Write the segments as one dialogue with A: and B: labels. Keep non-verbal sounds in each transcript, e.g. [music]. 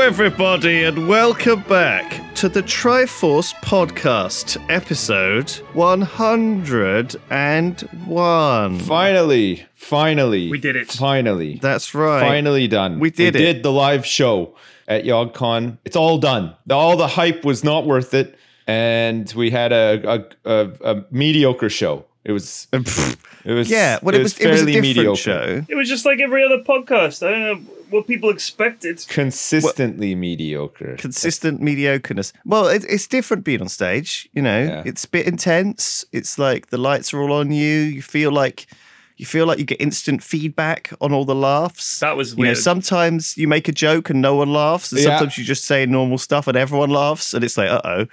A: everybody, and welcome back to the Triforce Podcast, episode 101.
B: Finally, finally,
C: We did it.
B: Finally,
A: That's right.
B: finally done.
A: We did it.
B: did the live show at YogCon. It's all done. The- All the hype was not worth it, and we had a a, a, a mediocre show. It was it was
A: [laughs] Yeah, well, it, was, it was a different show.
C: It was just like every other podcast. I don't know what people expected.
B: consistently mediocre.
A: Consistent mediocreness. Well, it, it's different being on stage, you know.
B: Yeah.
A: It's a bit intense. It's like the lights are all on you. You feel like you feel like you get instant feedback on all the laughs.
C: That was
A: You know,
C: weird.
A: sometimes you make a joke and no one laughs, and
B: Yeah.
A: sometimes you just say normal stuff and everyone laughs, and it's like, [laughs] uh oh,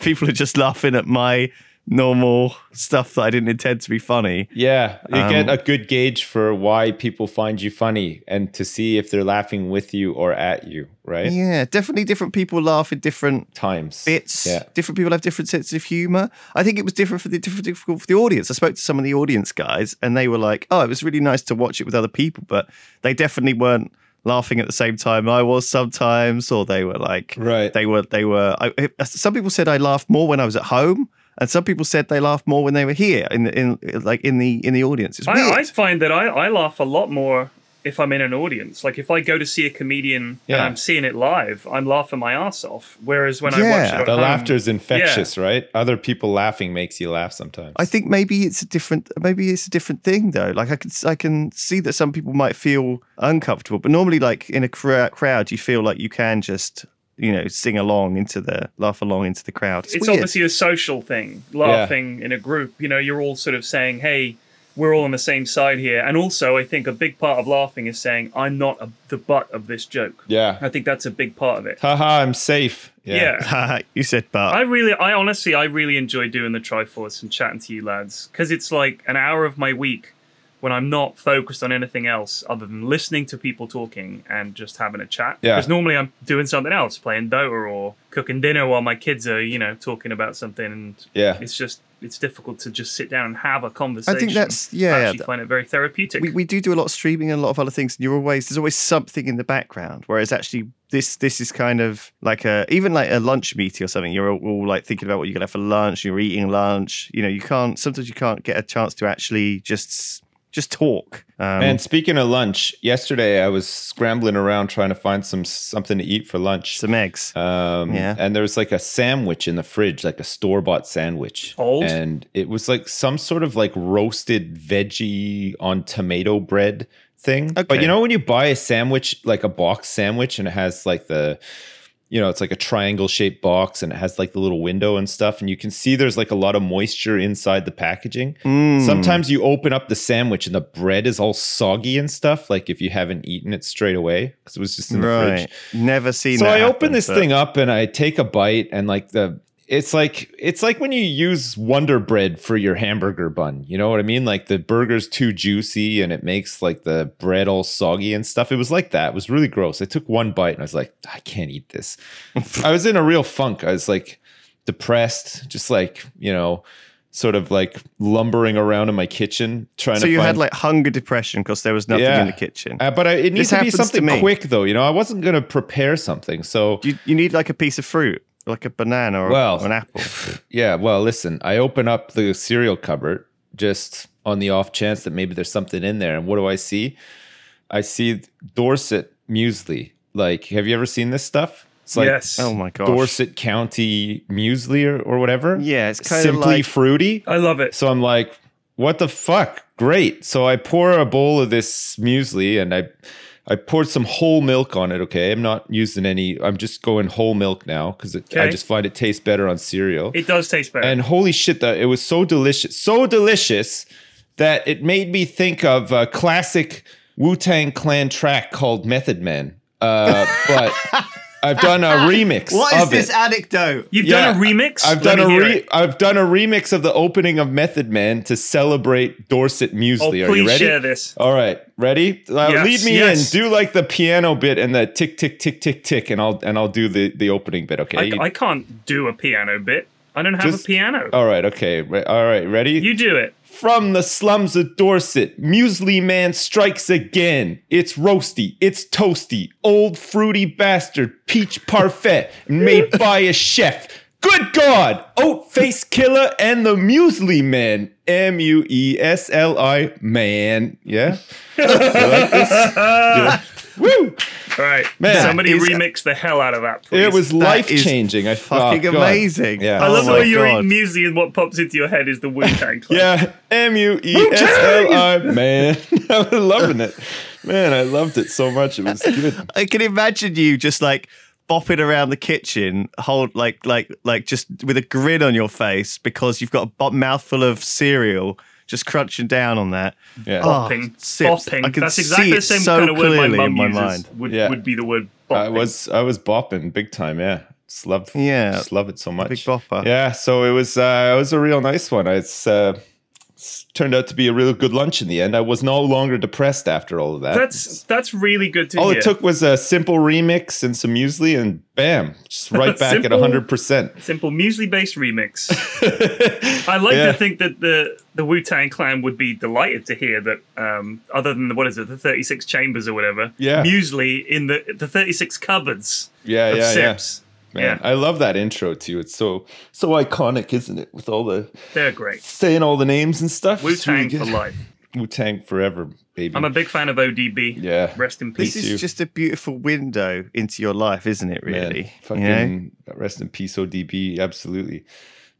A: people are just laughing at my normal stuff that I didn't intend to be funny.
B: Yeah, you
A: Um,
B: get a good gauge for why people find you funny and to see if they're laughing with you or at you, right?
A: Yeah, definitely different people laugh at different
B: Times.
A: bits.
B: Yeah.
A: Different people have different senses of humor. I think it was different for the different difficult for the audience. I spoke to some of the audience guys, and they were like, "Oh, it was really nice to watch it with other people, but they definitely weren't." laughing at the same time I was sometimes or they were like
B: Right.
A: they were they were I, some people said I laughed more when I was at home and some people said they laughed more when they were here in the, in like in the in the audience it's
C: I, I
A: weird
C: find that I, I laugh a lot more if I'm in an audience. Like if I go to see a comedian and
B: Yeah.
C: I'm seeing it live, I'm laughing my ass off. Whereas when I
A: Yeah.
C: watch it, on
B: The
C: home,
B: laughter's infectious, right? Other people laughing makes you laugh sometimes.
A: I think maybe it's a different maybe it's a different thing though. Like I can I can see that some people might feel uncomfortable, but normally like in a cra- crowd, you feel like you can just you know sing along into the laugh along into the crowd. It's,
C: It's
A: weird.
C: obviously a social thing. Laughing in a group, you know, you're all sort of saying, "Hey, we're all on the same side here." And also, I think a big part of laughing is saying, "I'm not a, the butt of this joke."
B: yeah.
C: I think that's a big part of it.
B: Haha, I'm safe.
A: [laughs]
C: yeah.
A: Haha, you said but
C: I really, I honestly, I really enjoy doing the Triforce and chatting to you lads because it's like an hour of my week when I'm not focused on anything else other than listening to people talking and just having a chat.
B: Yeah.
C: Because normally I'm doing something else, playing Dota or cooking dinner while my kids are, you know, talking about something. And
B: Yeah.
C: it's just, it's difficult to just sit down and have a conversation.
A: that's- yeah,
C: I actually
A: yeah.
C: find it very therapeutic.
A: we, we do do a lot of streaming and a lot of other things and you're always there's always something in the background whereas actually this this is kind of like a even like a lunch meeting or something you're all, all like thinking about what you're gonna have for lunch you're eating lunch you know you can't sometimes you can't get a chance to actually just just talk um,
B: Man, speaking of lunch, yesterday I was scrambling around trying to find some something to eat for lunch.
A: some eggs
B: Um,
A: Yeah.
B: And there was like a sandwich in the fridge, like a store bought sandwich.
C: Old?
B: And it was like some sort of like roasted veggie on tomato bread thing. But
A: Okay.
B: you know, when you buy a sandwich, like a box sandwich, and it has like the, you know, it's like a triangle shaped box and it has like the little window and stuff. And you can see there's like a lot of moisture inside the packaging.
A: Mm.
B: Sometimes you open up the sandwich and the bread is all soggy and stuff, like if you haven't eaten it straight away, because it was just in the fridge
A: right never seen
B: so
A: that
B: i
A: happen,
B: open this
A: but-
B: thing up and i take a bite and like the it's like it's like when you use wonder bread for your hamburger bun you know what i mean like the burger's too juicy and it makes like the bread all soggy and stuff it was like that it was really gross i took one bite and i was like i can't eat this
A: [laughs]
B: i was in a real funk i was like depressed just like you know sort of like lumbering around in my kitchen trying
A: so
B: to
A: you
B: find
A: had like hunger depression because there was nothing
B: Yeah.
A: in the kitchen
B: Uh, but I, it needs to be
A: happens to
B: something
A: me.
B: quick though you know i wasn't going to prepare something so
A: you, you need like a piece of fruit like a banana or,
B: Well,
A: or an
B: [sighs]
A: apple
B: Yeah, well, listen, I open up the cereal cupboard just on the off chance that maybe there's something in there. And what do I see? I see Dorset muesli. Like, have you ever seen this stuff? It's like
C: yes.
A: oh my gosh
B: Dorset County muesli or, or whatever.
A: yeah it's kind
B: Simply
A: of like
B: fruity.
C: I love it.
B: So I'm like, what the fuck? Great. So I pour a bowl of this muesli and I I poured some whole milk on it, okay? I'm not using any I'm just going whole milk now cuz I
C: Okay.
B: just find it tastes better on cereal.
C: It does taste better.
B: And holy shit, that it was so delicious, so delicious that it made me think of a classic Wu Tang Clan track called Method Man.
A: [laughs]
B: Uh, but I've done a remix.
A: what is
B: of
A: this
B: it.
A: anecdote
C: You've
B: Yeah,
C: done a remix.
B: I've
C: Let
B: done a
C: me hear
B: re-
C: it.
B: I've done a remix of the opening of Method Man to celebrate Dorset
C: Oh,
B: Muesli. Are you
C: please
B: ready?
C: share this.
B: All right, ready? Uh,
C: Yes,
B: lead me
C: yes.
B: in. Do like the piano bit and the tick tick tick tick tick, and I'll and I'll do the the opening bit. Okay.
C: I, I can't do a piano bit. I don't have
B: Just-
C: a piano.
A: Oh.
B: all right. Okay. Re- all right. Ready?
C: You do it.
B: From the slums of Dorset, Muesli Man strikes again. It's roasty, it's toasty, old fruity bastard, peach parfait,
C: [laughs]
B: made by a chef. Good God! Oat Face Killer and the Muesli Man. M U E S L I Man.
C: [laughs]
B: Yeah? You like this? You like- Woo!
C: All right,
B: Man,
C: somebody
A: is-
C: remix the hell out of that. Please.
B: It was
A: That
B: life
A: is
B: changing. I
A: fucking
B: oh, God.
A: amazing.
B: Yeah.
C: I love
A: Oh
C: the
A: my
C: way you're
A: God.
C: eating muesli and what pops into your head is the Wu
A: [laughs]
C: Tang Clan.
B: Yeah, M U E S L I man. [laughs] I was loving it. Man, I loved it so much. It was good.
A: I can imagine you just like bopping around the kitchen, hold like like like just with a grin on your face because you've got a bo- mouthful of cereal, just crunching down on that.
B: Yeah.
A: Oh,
C: bopping,
A: sips.
C: bopping.
A: I can
C: That's
A: see
C: exactly the
A: it
C: same
A: so
C: kind of word my
A: clearly
C: mum
A: in my
C: uses.
A: mind.
C: Would
B: Yeah.
C: would be the word bopping.
B: I was I was bopping big time, yeah. Just loved
A: Yeah.
B: just love it so much.
A: Big bopper.
B: Yeah, so it was uh it was a real nice one. It's uh it's turned out to be a real good lunch in the end. I was no longer depressed after all of that.
C: That's that's really good to
A: Oh,
B: all
C: hear.
B: it took was a simple remix and some muesli and bam, just
C: [laughs]
B: right back at
C: Simple.
B: hundred percent.
C: Simple muesli
B: [laughs]
C: based remix. I like
B: Yeah.
C: to think that the the Wu Tang Clan would be delighted to hear that. Um, other than the, what is it, the thirty six chambers or whatever.
B: Yeah.
C: Muesli in the the thirty six cupboards
B: Yeah,
C: of
B: yeah, yeah.
C: sips.
B: Man, I love that intro too. It's so so iconic, isn't it? With all the
C: They're great.
B: saying all the names and stuff.
C: Wu Tang for life.
B: Wu Tang forever, baby.
C: I'm a big fan of ODB.
B: yeah,
C: Rest in
A: This
B: Me
C: peace.
A: is
B: too.
A: just a beautiful window into your life, isn't it?
B: man.
A: Really,
B: Fucking
A: You know?
B: rest in peace, ODB. Absolutely,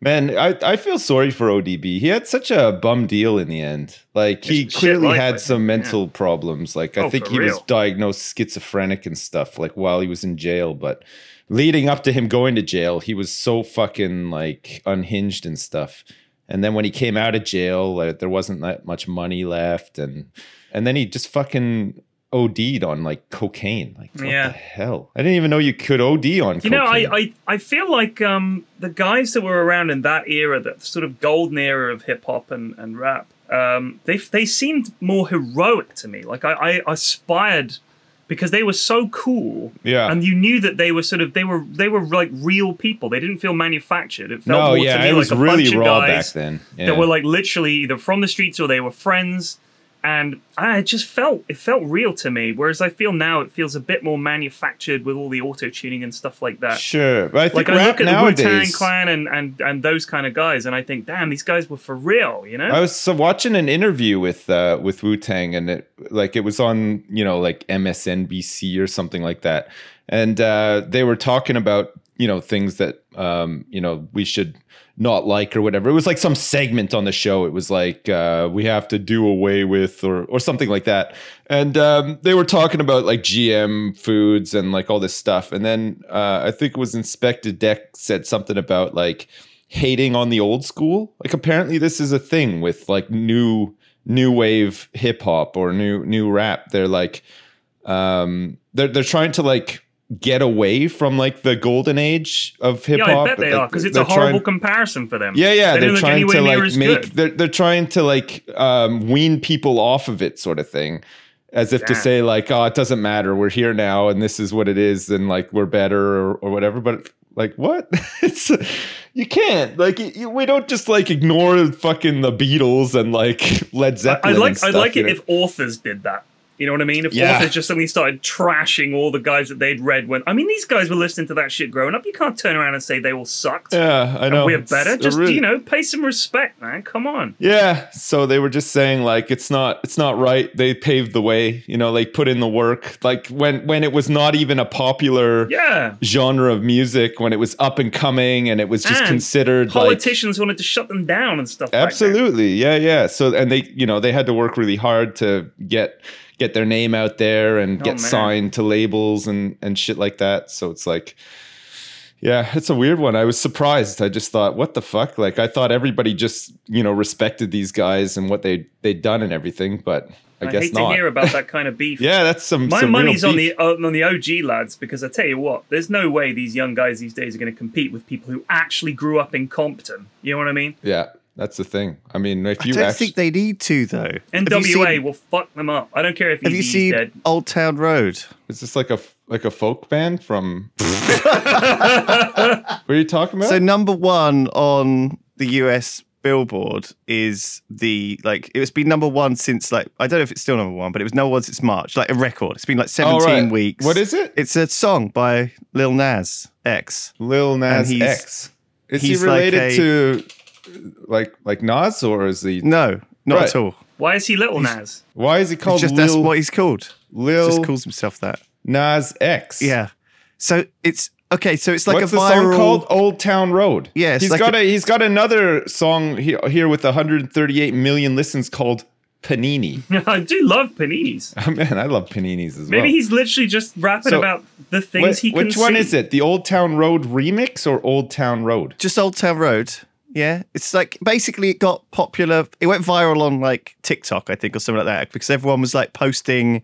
B: man. I I feel sorry for ODB. He had such a bum deal in the end. Like he
C: It's shit
B: clearly
C: life, I
B: had
C: think,
B: some
C: yeah.
B: mental problems. Like I
C: Oh,
B: think
C: for
B: he was
C: real.
B: diagnosed schizophrenic and stuff. Like while he was in jail, but. Leading up to him going to jail, he was so fucking like unhinged and stuff. And then when he came out of jail, like, there wasn't that much money left, and and then he just fucking OD'd on like cocaine. Like what
C: Yeah.
B: the hell? I didn't even know you could OD on.
C: You know, I, I, I feel like um, the guys that were around in that era, that sort of golden era of hip hop and, and rap, um, they, they seemed more heroic to me. Like I, I aspired because they were so cool.
B: Yeah.
C: And you knew that they were sort of they were they were like real people. They didn't feel manufactured. It felt
B: no,
C: more
B: yeah,
C: to me
B: it
C: like
B: was
C: a bunch
B: really
C: of
B: raw
C: guys
B: back then. Yeah.
C: that were like literally either from the streets or they were friends. And I it just felt it felt real to me. Whereas I feel now it feels a bit more manufactured with all the auto tuning and stuff like that
B: sure, but I think
C: like I
B: rap
C: look at the Wu Tang
B: nowadays.
C: Clan and, and and those kind of guys, and I think, damn, these guys were for real, you know?
B: I was so watching an interview with uh, with Wu Tang, and it like it was on you know like MSNBC or something like that, and uh, they were talking about you know things that um, you know we should not like or whatever. It was like some segment on the show. It was like uh, we have to do away with or or something like that. And um, they were talking about like GM foods and like all this stuff. And then uh, I think it was Inspector Deck said something about like hating on the old school. Like apparently this is a thing with like new new wave hip hop or new new rap. They're like um they're they're trying to like get away from like the golden age of hip
C: yeah,
B: hop.
C: I bet they
B: Like,
C: are because it's
B: they're
C: a horrible
B: trying-
C: comparison for them.
B: yeah, yeah, they
C: they
B: are
C: didn't look
B: trying
C: anywhere
B: to
C: near
B: like
C: as
B: make
C: good.
B: they're they're trying to like um, wean people off of it, sort of thing, as if to
C: Damn.
B: say like, oh, it doesn't matter, we're here now, and this is what it is, and like we're better or, or whatever. But like, what? [laughs] it's you can't like you- you, we don't just like ignore fucking the Beatles and like Led
C: I,
B: Zeppelin.
C: would like
B: and stuff,
C: I'd like
B: you
C: it
B: know?
C: if authors did that. You know what I mean? If
B: Yeah.
C: authors just suddenly started trashing all the guys that they'd read when I mean these guys were listening to that shit growing up. You can't turn around and say they all sucked.
B: yeah, I know
C: We're
B: It's
C: better.
B: a
C: Just
B: really-
C: you know, pay some respect, man. Come on.
B: Yeah, so they were just saying like it's not it's not right. They paved the way, you know. They put in the work. Like when when it was not even a popular
C: Yeah.
B: genre of music when it was up and coming and it was just
C: And
B: considered like
C: Politicians wanted to shut them down and stuff. Like
B: absolutely yeah yeah so and they you know they had to work really hard to get get their name out there and
C: Oh,
B: get
C: man.
B: signed to labels and and shit like that so it's like yeah it's a weird one i was surprised i just thought what the fuck like i thought everybody just you know respected these guys and what they they'd done and everything but i,
C: that. I,
B: guess
C: hate
B: not
C: to hear about that kind of
B: [laughs]
C: beef.
B: yeah that's some
C: My
B: some real
C: money's on
B: beef.
C: the on on the OG lads because I tell you what, there's no way these young guys these days are going to compete with people who actually grew up in Compton. You know what I mean?
B: yeah that's the thing i mean if
A: I
B: you
A: don't
B: actually
A: think they need to though. Have you
C: NWA
A: seen-
C: will fuck them up. I don't care if
A: Have you
C: he's
A: seen
C: dead.
A: Old Town Road?
B: Is this like a like a folk band
C: [laughs]
B: from? [laughs] what are you talking about?
A: So number one on the US Billboard is the like it's been number one since like I don't know if it's still number one, but it was number one since March, like a record. It's been like
B: All
A: seventeen
B: Oh, right.
A: weeks.
B: What is it?
A: It's a song by Lil Nas X.
B: Lil Nas
A: he's-
B: X. Is he
A: he's like
B: related
A: a-
B: to like like Nas or is he?
A: No, not
B: Right.
A: at all.
C: Why is he little Nas?
B: Why is he
A: It's
B: called
A: just that's
B: Lil,
A: what he's called.
B: Lil
A: Just calls himself that.
B: Nas X?
A: Yeah. So it's okay. So it's like
B: What's
A: a
B: the
A: viral.
B: song called? Old Town Road.
A: Yeah, it's
B: he's
A: like
B: got a, he's got another song he- here with 138 million listens called Panini. [laughs]
C: [laughs] I do love paninis.
B: Oh, man, I love paninis as well.
C: Maybe he's literally just rapping
B: So,
C: about the
B: Wh-
C: things he can
B: Which one
C: see.
B: is it? The Old Town Road remix or Old Town Road?
A: just Old Town Road. Yeah, it's like basically it got popular. It went viral on like TikTok, I think, or something like that, because everyone was like posting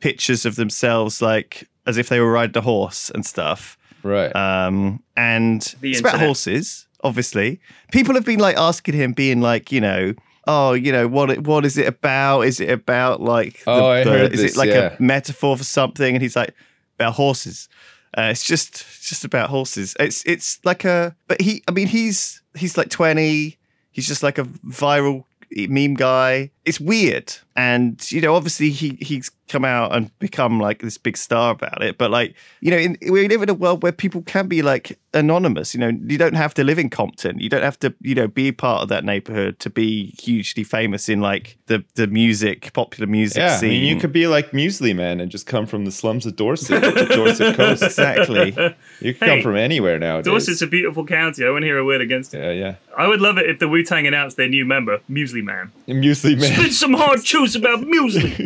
A: pictures of themselves, like as if they were riding a horse and stuff.
B: Right.
A: Um, and
C: The
A: it's about
C: internet.
A: horses, obviously. People have been like asking him, being like, you know, oh, you know, what it- what is it about? Is it about like,
B: Oh, I heard
A: is
B: this,
A: it like
B: yeah.
A: a metaphor for something? And he's like, about horses. Uh, it's just it's just about horses. It's it's like a but he I mean he's he's like twenty. He's just like a viral meme guy. It's weird, and you know obviously he he's come out and become like this big star about it. But like you know in, we live in a world where people can be like anonymous. You know you don't have to live in Compton. You don't have to you know be part of that neighborhood to be hugely famous in like the the music popular music
B: yeah, I
A: scene.
B: mean, you could be like Muesli Man and just come from the slums of Dorset, the
C: [laughs]
B: Dorset coast. [laughs]
A: exactly.
B: You can come
C: Hey,
B: from anywhere nowadays.
C: Dorset's a beautiful county. I wouldn't hear a word against it.
B: Yeah, yeah.
C: I would love it if the Wu Tang announced their new member, Muesli Man.
A: [laughs]
B: Muesli Man.
C: Spit some hard truths about Muesli.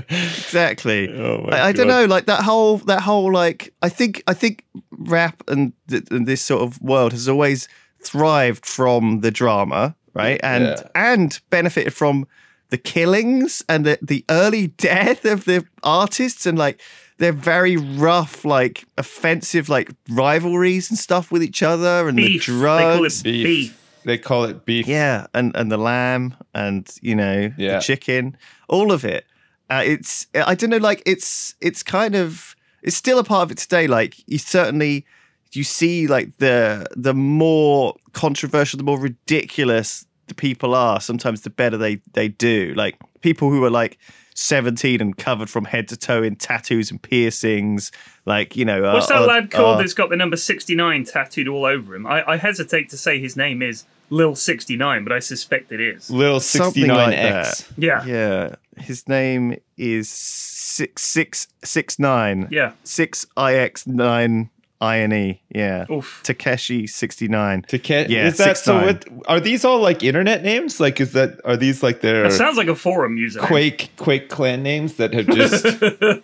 A: exactly.
B: Oh my
A: I, I don't
B: God.
A: know, like that whole that whole like I think I think rap and, th- and this sort of world has always thrived from the drama, right? And
B: Yeah.
A: and benefited from the killings and the the early [laughs] death of the artists and like their very rough, like offensive, like rivalries and stuff with each other and
C: Beef.
A: the
C: They call
A: drugs.
C: it
B: Beef.
C: beef.
B: They call it beef.
A: Yeah, and and the lamb, and you know
B: Yeah.
A: the chicken, all of it. Uh, it's I don't know, like it's it's kind of it's still a part of it today. Like you certainly you see like the the more controversial, the more ridiculous the people are, sometimes the better they they do. Like people who are like. 17 and covered from head to toe in tattoos and piercings like you know
C: What's
A: are-
C: that
A: are-
C: lad called
A: are-
C: that's got the number 69 tattooed all over him? I, I hesitate to say his name is Lil 69, but I suspect it is.
B: Lil
A: Something
B: 69X.
A: like that.
C: Yeah. Yeah.
A: yeah his name is six six six nine six ix nine ine yeah
C: Oof.
A: takeshi 69
B: To catch,
A: Yeah,
B: is that so?
A: 69.
B: What are these all like internet names? Like, is that are these like their
C: That sounds like a forum user.
B: Quake Quake clan names that have
C: [laughs]
B: just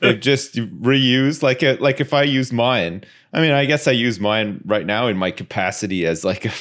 B: they've just reused? Like, a, like if I use mine, I mean, I guess I use mine right now in my capacity as like a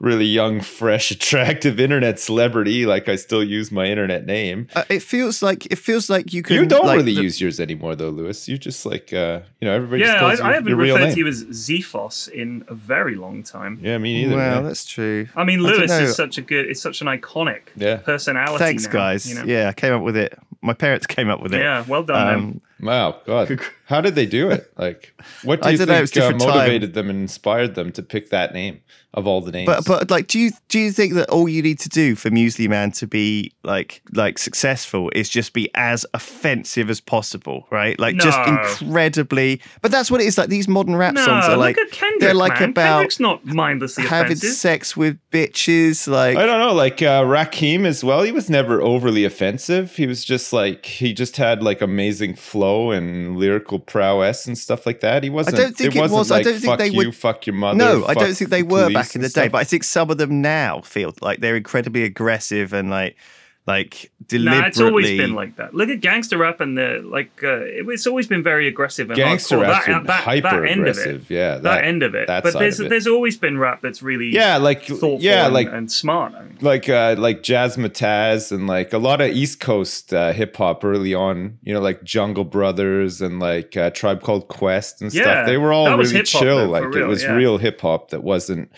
B: really young, fresh, [laughs] attractive internet celebrity. Like, I still use my internet name.
A: uh, it feels like it feels like you could
B: You don't
A: like,
B: really
A: the-
B: use yours anymore, though, Lewis. You just like uh, you know everybody. just
C: Yeah,
B: calls
C: I, I
B: you
C: haven't
B: your real
C: referred
B: name.
C: to you as Zephos in a very long time.
B: Yeah, me neither.
A: well
B: man.
A: that's true
C: I mean,
A: I don't
C: Lewis
A: know.
C: is such a good, it's such an iconic
B: Yeah.
C: personality.
A: thanks
C: now,
A: guys
C: you know?
A: yeah i came up with it my parents came up with it
C: Yeah, well done. man.
A: um,
B: Wow,
A: [laughs]
B: God, how did they do it? Like, what do
A: I
B: you
A: dunno, it's
B: think uh,
A: different time.
B: motivated them and inspired them to pick that name of all the names?
A: but but like do you do you think that all you need to do for muesli man to be like like successful is just be as offensive as possible right like just
C: No.
A: incredibly but that's what it is like these modern rap
C: no,
A: songs are like
C: look at Kendrick.
A: they're like
C: man.
A: about
C: Kendrick's not mindlessly
A: having
C: offensive.
A: sex with bitches like
B: I don't know, like uh, Rakim as well. He was never overly offensive. He was just like he just had like amazing flow and lyrical prowess and stuff like that. He wasn't.
A: don't think it
B: wasn't
A: was- I
B: Like,
A: don't think
B: fuck
A: they
B: you,
A: would-
B: Fuck your mother.
A: No, I don't
B: fuck
A: think they
B: the
A: were
B: police
A: back in
B: and
A: the day,
B: stuff.
A: but I think some of them now feel like they're incredibly aggressive and like like deliberately.
C: Nah, it's always been like that. Look at gangster rap and the like. Uh, it- it's always been very aggressive and
B: gangster
C: hardcore.
B: rap's
C: that,
B: been
C: that,
B: hyper
C: that end of it.
B: aggressive. Yeah,
C: That, end of it.
B: that
C: But
B: side
C: there's
B: of it.
C: there's always been rap that's really
B: Yeah, like
C: thoughtful
B: yeah,
C: and,
B: like
C: and smart. I mean.
B: like uh like jazz mataz and like a lot of east coast uh, hip hop early on you know like jungle brothers and like uh, tribe called quest and
C: Yeah,
B: stuff they were all
C: that was
B: really
C: hip-hop
B: chill
C: though, for
B: like it
C: real,
B: was
C: yeah.
B: real hip hop that wasn't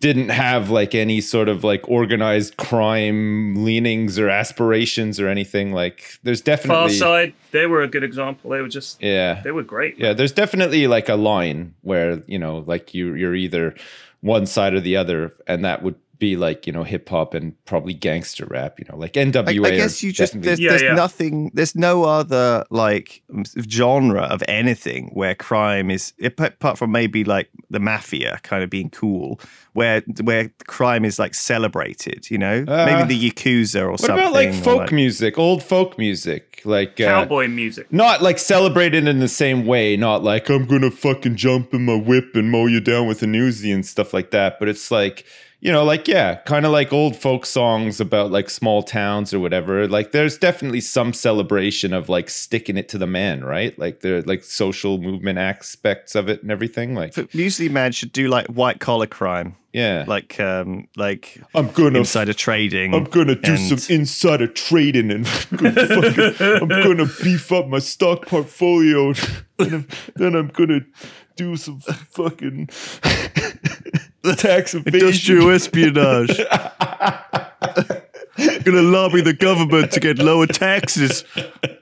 B: didn't have like any sort of like organized crime leanings or aspirations or anything. Like there's
C: Far
B: definitely
C: Side, they were a good example. They were just
B: yeah.
C: they were great.
B: Yeah, there's definitely like a line where, you know, like you you're either one side or the other and that would be like, you know, hip hop and probably gangster rap, you know, like
A: I,
B: NWA.
A: I
B: are
A: guess you just
B: definitely-
A: there's,
C: Yeah,
A: there's
C: yeah.
A: nothing there's no other like m- genre of anything where crime is ap- apart from maybe like the mafia kind of being cool where where crime is like celebrated you know
B: Uh,
A: maybe the yakuza or
B: What
A: something
B: about like
A: or,
B: folk music, old folk music? Like uh,
C: Cowboy music.
B: not like celebrated in the same way, not like I'm gonna fucking jump in my whip and mow you down with an Uzi and stuff like that. But it's like, you know, like yeah, kind of like old folk songs about like small towns or whatever. Like there's definitely some celebration of like sticking it to the man, right? Like the like social movement aspects of it and everything. Like
A: F- usually man should do like white collar crime
B: yeah,
A: like um like
B: I'm gonna
A: insider trading
B: I'm gonna do
A: and-
B: some insider trading and [laughs] I'm gonna, fucking, I'm gonna beef up my stock portfolio. And I'm- then I'm gonna do some fucking tax evasion.
A: industrial [laughs] espionage gonna lobby the government to get lower taxes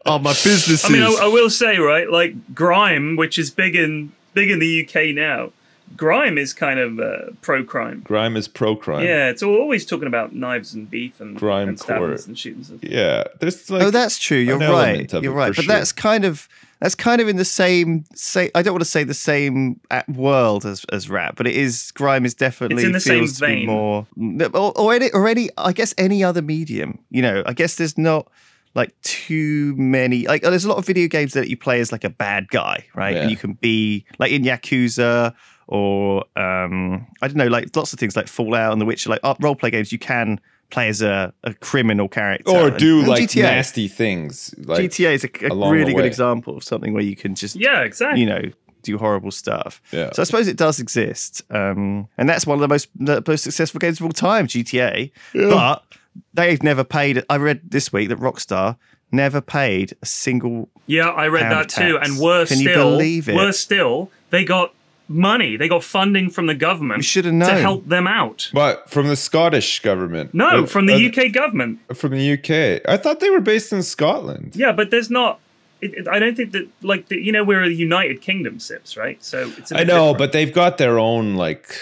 A: on my businesses
C: I mean, I, I will say, right, like grime, which is big in big in the UK now. Grime is kind of uh, pro crime.
B: Grime is pro crime.
C: Yeah, it's always talking about knives and beef and
B: Grime
C: and stabbings
B: court.
C: and shootings. And
B: Yeah. There's like
A: oh, that's true. You're right.
B: element of
A: You're
B: it,
A: right.
B: for
A: But that's kind of that's kind of in the same say. I don't want to say the same at world as as rap, but it is grime is definitely
C: It's in the same
A: feels to be
C: vein.
A: more or, or any or any I guess any other medium. You know, I guess there's not like too many like oh, there's a lot of video games that you play as like a bad guy right
B: Yeah.
A: and you can be like in yakuza or um i don't know like lots of things like fallout and the witcher like uh, role play games you can play as a, a criminal character
B: or
A: And-
B: do
A: and
B: like
A: GTA.
B: nasty things. Like
A: GTA is a, a
B: along
A: really
B: the
A: good
B: way.
A: example of something where you can just,
C: yeah, exactly.
A: you know, do horrible stuff.
B: Yeah.
A: So I suppose it does exist, um, and that's one of the most the most successful games of all time, GTA. But they've never paid. I read this week that Rockstar never paid a single.
C: Yeah, I read
A: pound
C: that too.
A: tax.
C: And worse
A: Can you
C: still,
A: believe it?
C: worse still, they got money. They got funding from the government
A: You should have
C: to
A: known.
C: help them out.
B: But from the Scottish government.
C: No,
B: Uh,
C: from the
B: uh,
C: UK government.
B: From the UK. I thought they were based in Scotland.
C: Yeah, but there's not. It, it- I don't think that, like, the, you know, we're a United Kingdom sips, right? So it's. a
B: I
C: bit
B: know,
C: different.
B: but they've got their own like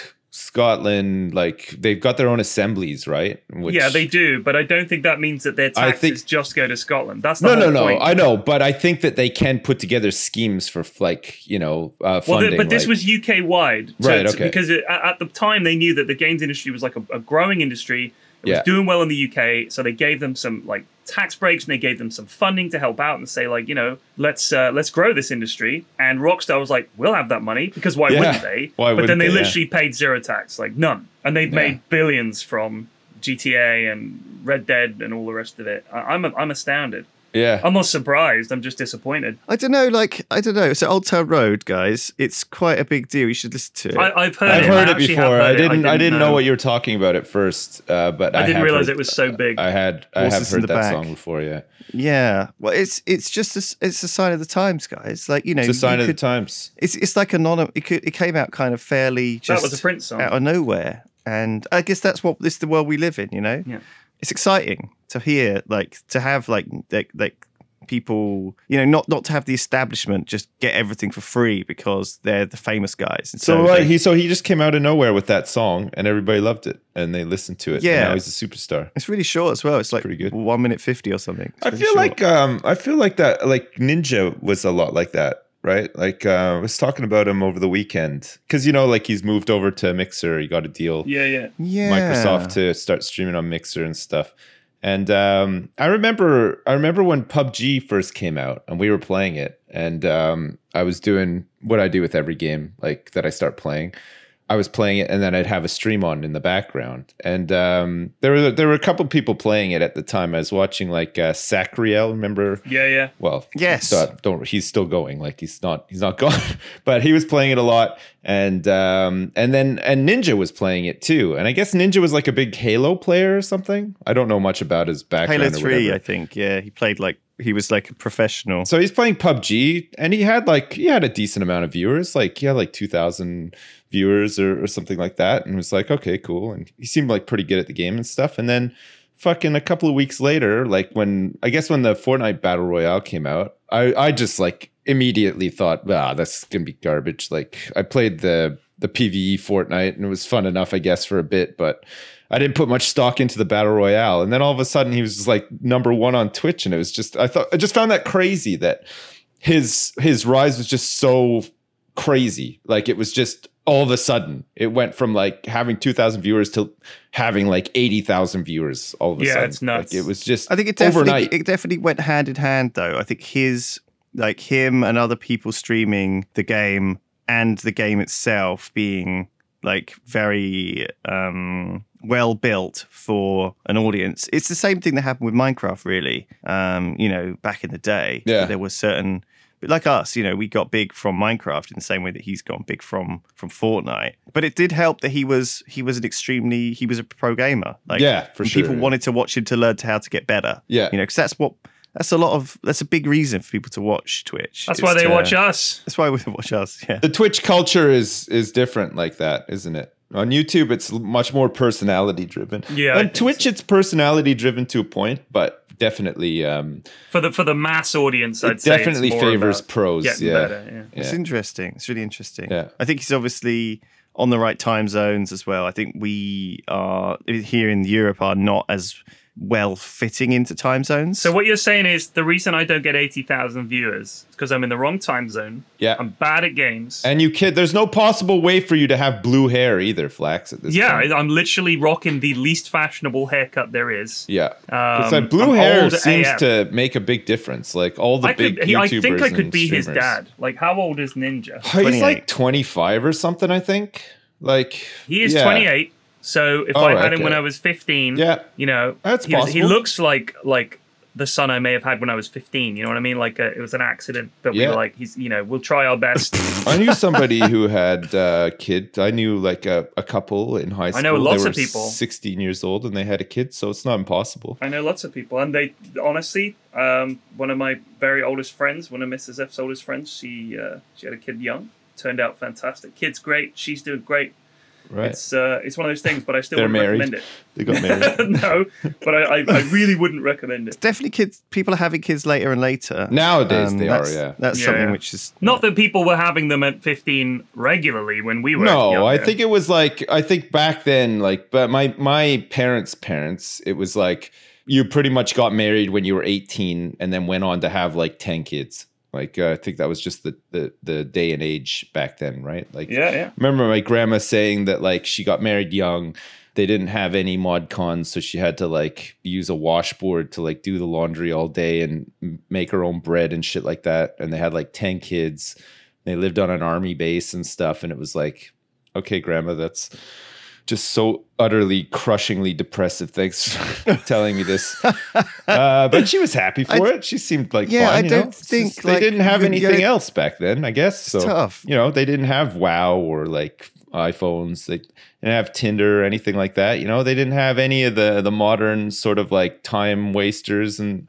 B: Scotland, like they've got their own assemblies, right? Which,
C: yeah, they do, but I don't think that means that their
B: I
C: taxes
B: think-
C: just go to Scotland. That's the
B: No, no,
C: whole
B: no.
C: point.
B: I know, but I think that they can put together schemes for like you know uh,
C: well,
B: funding.
C: th- but this
B: like-
C: was UK wide,
B: Right, okay.
C: Because it, at, at the time they knew that the games industry was like a, a growing industry. It
B: Yeah.
C: was doing well in the UK, so they gave them some like tax breaks and they gave them some funding to help out and say like, you know, let's uh, let's grow this industry. And Rockstar was like, we'll have that money because why
B: Yeah.
C: wouldn't they?
B: Why
C: but then
B: wouldn't
C: they,
B: they? Yeah.
C: literally paid zero tax, like none, and they've
B: Yeah.
C: made billions from GTA and Red Dead and all the rest of it. I- I'm I'm astounded.
B: yeah.
C: I'm not surprised. I'm just disappointed.
A: I don't know, like I don't know. So Old Town Road, guys, it's quite a big deal. You should listen to it.
C: I, I've heard
B: I've
C: it.
B: heard it
C: I actually
B: before.
C: have heard
B: I
C: it.
B: didn't. I didn't, know.
C: know
B: what you were talking about at first, uh, but I,
C: I didn't
B: have
C: realize
B: heard-
C: it was so big.
B: I had. I have
A: Horses in
B: heard
A: the
B: that
A: Back.
B: song before. Yeah,
A: yeah, well, it's it's just a, s- it's a sign of the times, guys. Like you know,
B: it's a sign
A: you
B: of
A: could-
B: the times.
A: It's it's like anonymous. It could, it came out kind of fairly. Just
C: that was a Prince song.
A: out of nowhere. And I guess that's what this is the world we live in, you know?
C: Yeah.
A: It's exciting to hear, like, to have like like, like people, you know, not not to have the establishment just get everything for free because they're the famous guys. And
B: So
A: so,
B: right,
A: they-
B: he so he just came out of nowhere with that song, and everybody loved it, and they listened to it. and
A: Yeah.
B: now he's a superstar.
A: it's really short as well. It's like
B: pretty good.
A: one minute fifty or something. It's
B: I
A: really
B: feel
A: short.
B: like um I feel like that like Ninja was a lot like that, right? Like uh, I was talking about him over the weekend because you know like he's moved over to Mixer, he got a deal
C: Yeah, yeah.
A: yeah.
B: Microsoft to start streaming on Mixer and stuff. And um, I remember, I remember when PUBG first came out, and we were playing it, and um, I was doing what I do with every game, like that I start playing. I was playing it, and then I'd have a stream on in the background, and um, there were there were a couple people playing it at the time. I was watching like uh, Sacriel, remember
C: Yeah, yeah.
B: well
A: Yes.
B: don't, don't- he's still going like he's not he's not [laughs] gone but he was playing it a lot and um and then and ninja was playing it too and i guess ninja was like a big halo player or something i don't know much about his background
A: Halo
B: or
A: Three,
B: whatever.
A: I think. Yeah, he played like he was like a professional.
B: So he's playing PUBG, and he had like he had a decent amount of viewers, like he had like two thousand viewers or, or something like that, and was like, okay, cool, and he seemed like pretty good at the game and stuff. And then, fucking, a couple of weeks later, like when I guess when the Fortnite Battle Royale came out, I I just like immediately thought, ah, that's gonna be garbage. Like I played the the PVE Fortnite, and it was fun enough, I guess, for a bit, but I didn't put much stock into the battle royale. And then all of a sudden, he was just like number one on Twitch, and it was just I thought I just found that crazy that his his rise was just so crazy. Like it was just all of a sudden it went from like having two thousand viewers to having like eighty thousand viewers all of a
C: Yeah,
B: sudden.
C: it's nuts.
B: Like, it was just
A: I think it definitely
B: overnight.
A: it definitely went hand in hand though. I think his like him and other people streaming the game and the game itself being like very um well built for an audience. It's the same thing that happened with Minecraft really. Um you know, back in the day
B: Yeah.
A: there was certain but like us, you know, we got big from Minecraft in the same way that he's gotten big from from Fortnite. But it did help that he was he was an extremely he was a pro gamer. Like
B: Yeah, for
A: and
B: sure.
A: People wanted to watch him to learn to how to get better.
B: Yeah.
A: you know, because that's what that's a lot of that's a big reason for people to watch Twitch.
C: That's
A: is
C: why they
A: to-
C: watch us.
A: That's why we watch us. Yeah,
B: the Twitch culture is is different like that, isn't it? On YouTube, it's much more personality driven.
C: Yeah, I
B: on
C: think
B: Twitch, it's personality driven to a point, but definitely, um,
C: For the for the mass audience, I'd
B: it
C: say it's
B: definitely
C: more
B: favors
C: about
B: pros.
C: getting
B: yeah.
C: better, yeah.
A: it's
B: Yeah.
A: interesting. It's really interesting.
B: Yeah.
A: I think he's obviously on the right time zones as well. I think we are here in Europe are not as well fitting into time zones.
C: So what you're saying is the reason I don't get eighty thousand viewers because I'm in the wrong time zone.
B: Yeah.
C: I'm bad at games.
B: And you kid, there's no possible way for you to have blue hair either, Flax. At this,
C: yeah,
B: point.
C: I- I'm literally rocking the least fashionable haircut there is.
B: yeah.
C: Um,
B: it's like blue
C: I'm
B: hair
C: old
B: seems
C: AF.
B: to make a big difference. Like all the
C: I
B: big
C: could, he- I
B: YouTubers
C: think I could
B: and
C: be his
B: streamers.
C: dad. Like, how old is Ninja?
B: He's
A: 28.
B: like 25 or something, I think. Like
C: He is
B: yeah.
C: 28. So if
B: Oh,
C: I had him
B: okay.
C: when I was 15,
B: Yeah.
C: you know,
B: That's
C: he, was- he
B: possible.
C: looks like like the son I may have had when I was 15. You know what I mean? Like uh it was an accident, but we
B: Yeah.
C: were like, he's you know, we'll try
B: [laughs]
C: our best.
B: I knew somebody
C: [laughs]
B: who had a kid. I knew like a, a couple in high school.
C: I know lots
B: they were
C: of people.
B: 16 years old and they had a kid, so it's not impossible.
C: I know lots of people, and they honestly, um, one of my very oldest friends, one of Mrs. F's oldest friends, she uh, she had a kid young, turned out fantastic. Kid's great, she's doing great.
B: Right.
C: It's uh, it's one of those things, but I still
B: They're
C: wouldn't
B: married.
C: recommend
B: they got married.
C: [laughs] it. [laughs] no, but I, I, I really wouldn't recommend it.
A: definitely, kids people are having kids later and later.
B: Nowadays
A: Um,
B: they are,
A: that's,
B: yeah.
A: That's
C: Yeah,
A: something
C: yeah.
A: which is
C: Not that people were having them at 15 regularly when we were.
B: no, I
C: younger.
B: think it was like I think back then, like but my my parents' parents, it was like you pretty much got married when you were 18 and then went on to have like 10 kids. Like uh, I think that was just the, the the day and age back then, right? Like
C: Yeah, yeah.
B: remember my grandma saying that like she got married young they didn't have any mod cons so she had to like use a washboard to like do the laundry all day and m- make her own bread and shit like that and they had like 10 kids they lived on an army base and stuff and it was like okay grandma that's just so utterly crushingly depressive thanks
A: [laughs]
B: [laughs] for telling me this uh, but she was happy for it she seemed like
A: Yeah,
B: fine,
A: I
B: you know?
A: don't
B: It's just
A: think,
B: they
A: like,
B: didn't have
A: you- you
B: anything
A: gotta-
B: else back then i guess so
A: tough.
B: you know, they didn't have WoW or like iPhones. They didn't have Tinder or anything like that. You know, they didn't have any of the the modern sort of like time wasters and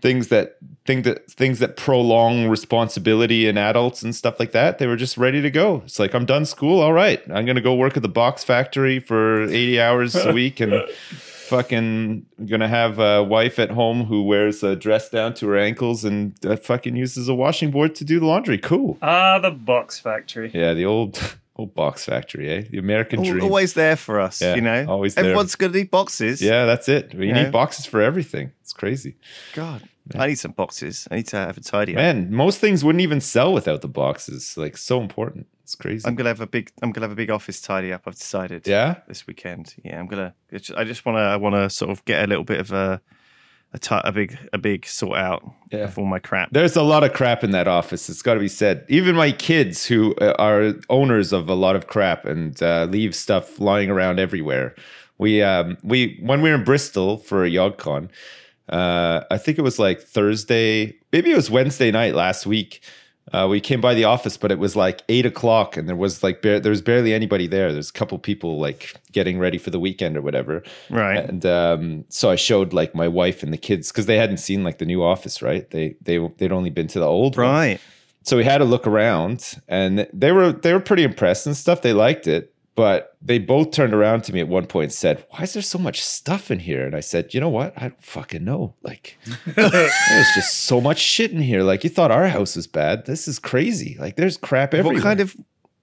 B: things that think that things that prolong responsibility in adults and stuff like that. They were just ready to go. It's like I'm done school. All right, I'm gonna go work at the box factory for 80 hours a week and. Fucking gonna have a wife at home who wears a dress down to her ankles and uh, fucking uses a washing board to do the laundry. Cool.
C: Ah, the box factory.
B: Yeah, the old [laughs] old box factory, eh? The American
A: Al-
B: dream.
A: always there for us.
B: Yeah,
A: you know,
B: always there.
A: everyone's gonna need boxes.
B: Yeah, that's it. We
A: Yeah.
B: need boxes for everything. It's crazy.
A: God, I need some boxes. I need to have a tidy. up.
B: Man, most things wouldn't even sell without the boxes. Like so important. It's crazy.
A: I'm gonna have a big. I'm gonna have a big office tidy up. I've decided.
B: yeah?
A: This weekend. Yeah, I'm gonna. it's ju- I just wanna. I wanna sort of get a little bit of a, a, ti- a big, a big sort out
B: Yeah.
A: of all my crap.
B: There's a lot of crap in that office. It's got to be said. Even my kids, who uh, are owners of a lot of crap and uh, leave stuff lying around everywhere. We um we when we were in Bristol for YogCon, uh, I think it was like Thursday, maybe it was Wednesday night last week. Uh, we came by the office, but it was like eight o'clock, and there was like bar- there was barely anybody there. There's a couple people like getting ready for the weekend or whatever.
A: Right.
B: And um, so I showed like my wife and the kids because they hadn't seen like the new office, right? They they they'd only been to the old one.
A: Right.
B: So we had to look around, and they were they were pretty impressed and stuff. They liked it, but they both turned around to me at one point and said, "Why is there so much stuff in here?" And I said, "You know what? I don't fucking know. Like,
A: [laughs]
B: there's just so much shit in here. Like, you thought our house was bad. This is crazy. Like, there's crap everywhere.
A: What kind of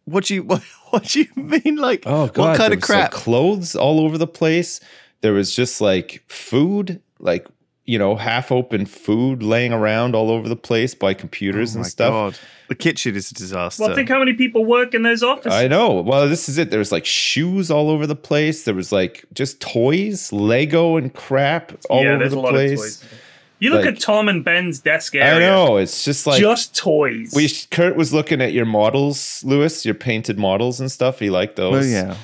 A: what do you [laughs] what, what do you mean? Like
B: Oh god,
A: what
B: there
A: kind of
B: was, like,
A: crap?
B: clothes all over the place. There was just like food, like you know, half open food laying around all over the place by computers
A: Oh
B: and
A: my
B: stuff.
A: God. The kitchen is a disaster.
C: Well, think how many people work in those offices.
B: I know. Well, this is it. There was like shoes all over the place. There was like just toys, Lego and crap all
C: yeah,
B: over
C: there's
B: the
C: a lot
B: place.
C: of toys. You look
B: Like-
C: at Tom and Ben's desk area.
B: I know. It's just like
C: just toys.
B: we Kurt was looking at your models, Lewis, your painted models and stuff. He liked those.
A: well, Oh, yeah.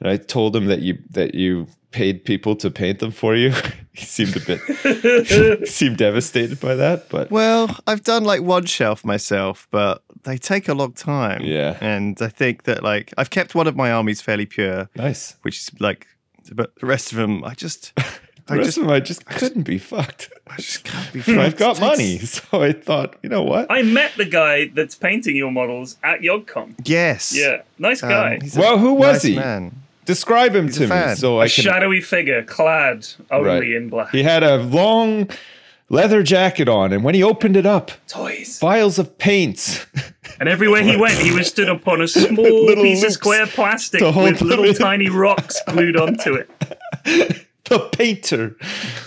B: And I told him that you that you paid people to paint them for you. [laughs] he seemed a bit [laughs] he seemed devastated by that, but
A: Well, I've done like one shelf myself, but they take a long time.
B: Yeah.
A: And I think that like I've kept one of my armies fairly pure,
B: nice.
A: which is like but the rest of them I just
B: [laughs] The
A: I
B: rest
A: just
B: of them, I just couldn't
A: [laughs]
B: be fucked.
A: I just can't be
B: [laughs] I've
A: fucked.
B: got
A: It takes-
B: money, so I thought, you know what?
C: I met the guy that's painting your models at YogCon.
A: Yes.
C: Yeah, nice guy.
A: Um, he's a
B: Well, who was
A: nice
B: he?
A: Man.
B: Describe him
A: He's
B: to
A: a
B: me,
A: fan.
B: so
C: a
B: I can.
C: shadowy figure, clad only
B: Right.
C: in black.
B: He had a long leather jacket on, and when he opened it up,
C: Toys.
B: vials of paint [laughs]
C: And everywhere he went, he was stood upon a small
B: Little
C: piece of
B: loops
C: square plastic
B: to hold
C: with
B: them
C: little
B: in.
C: tiny rocks glued onto it.
B: the painter.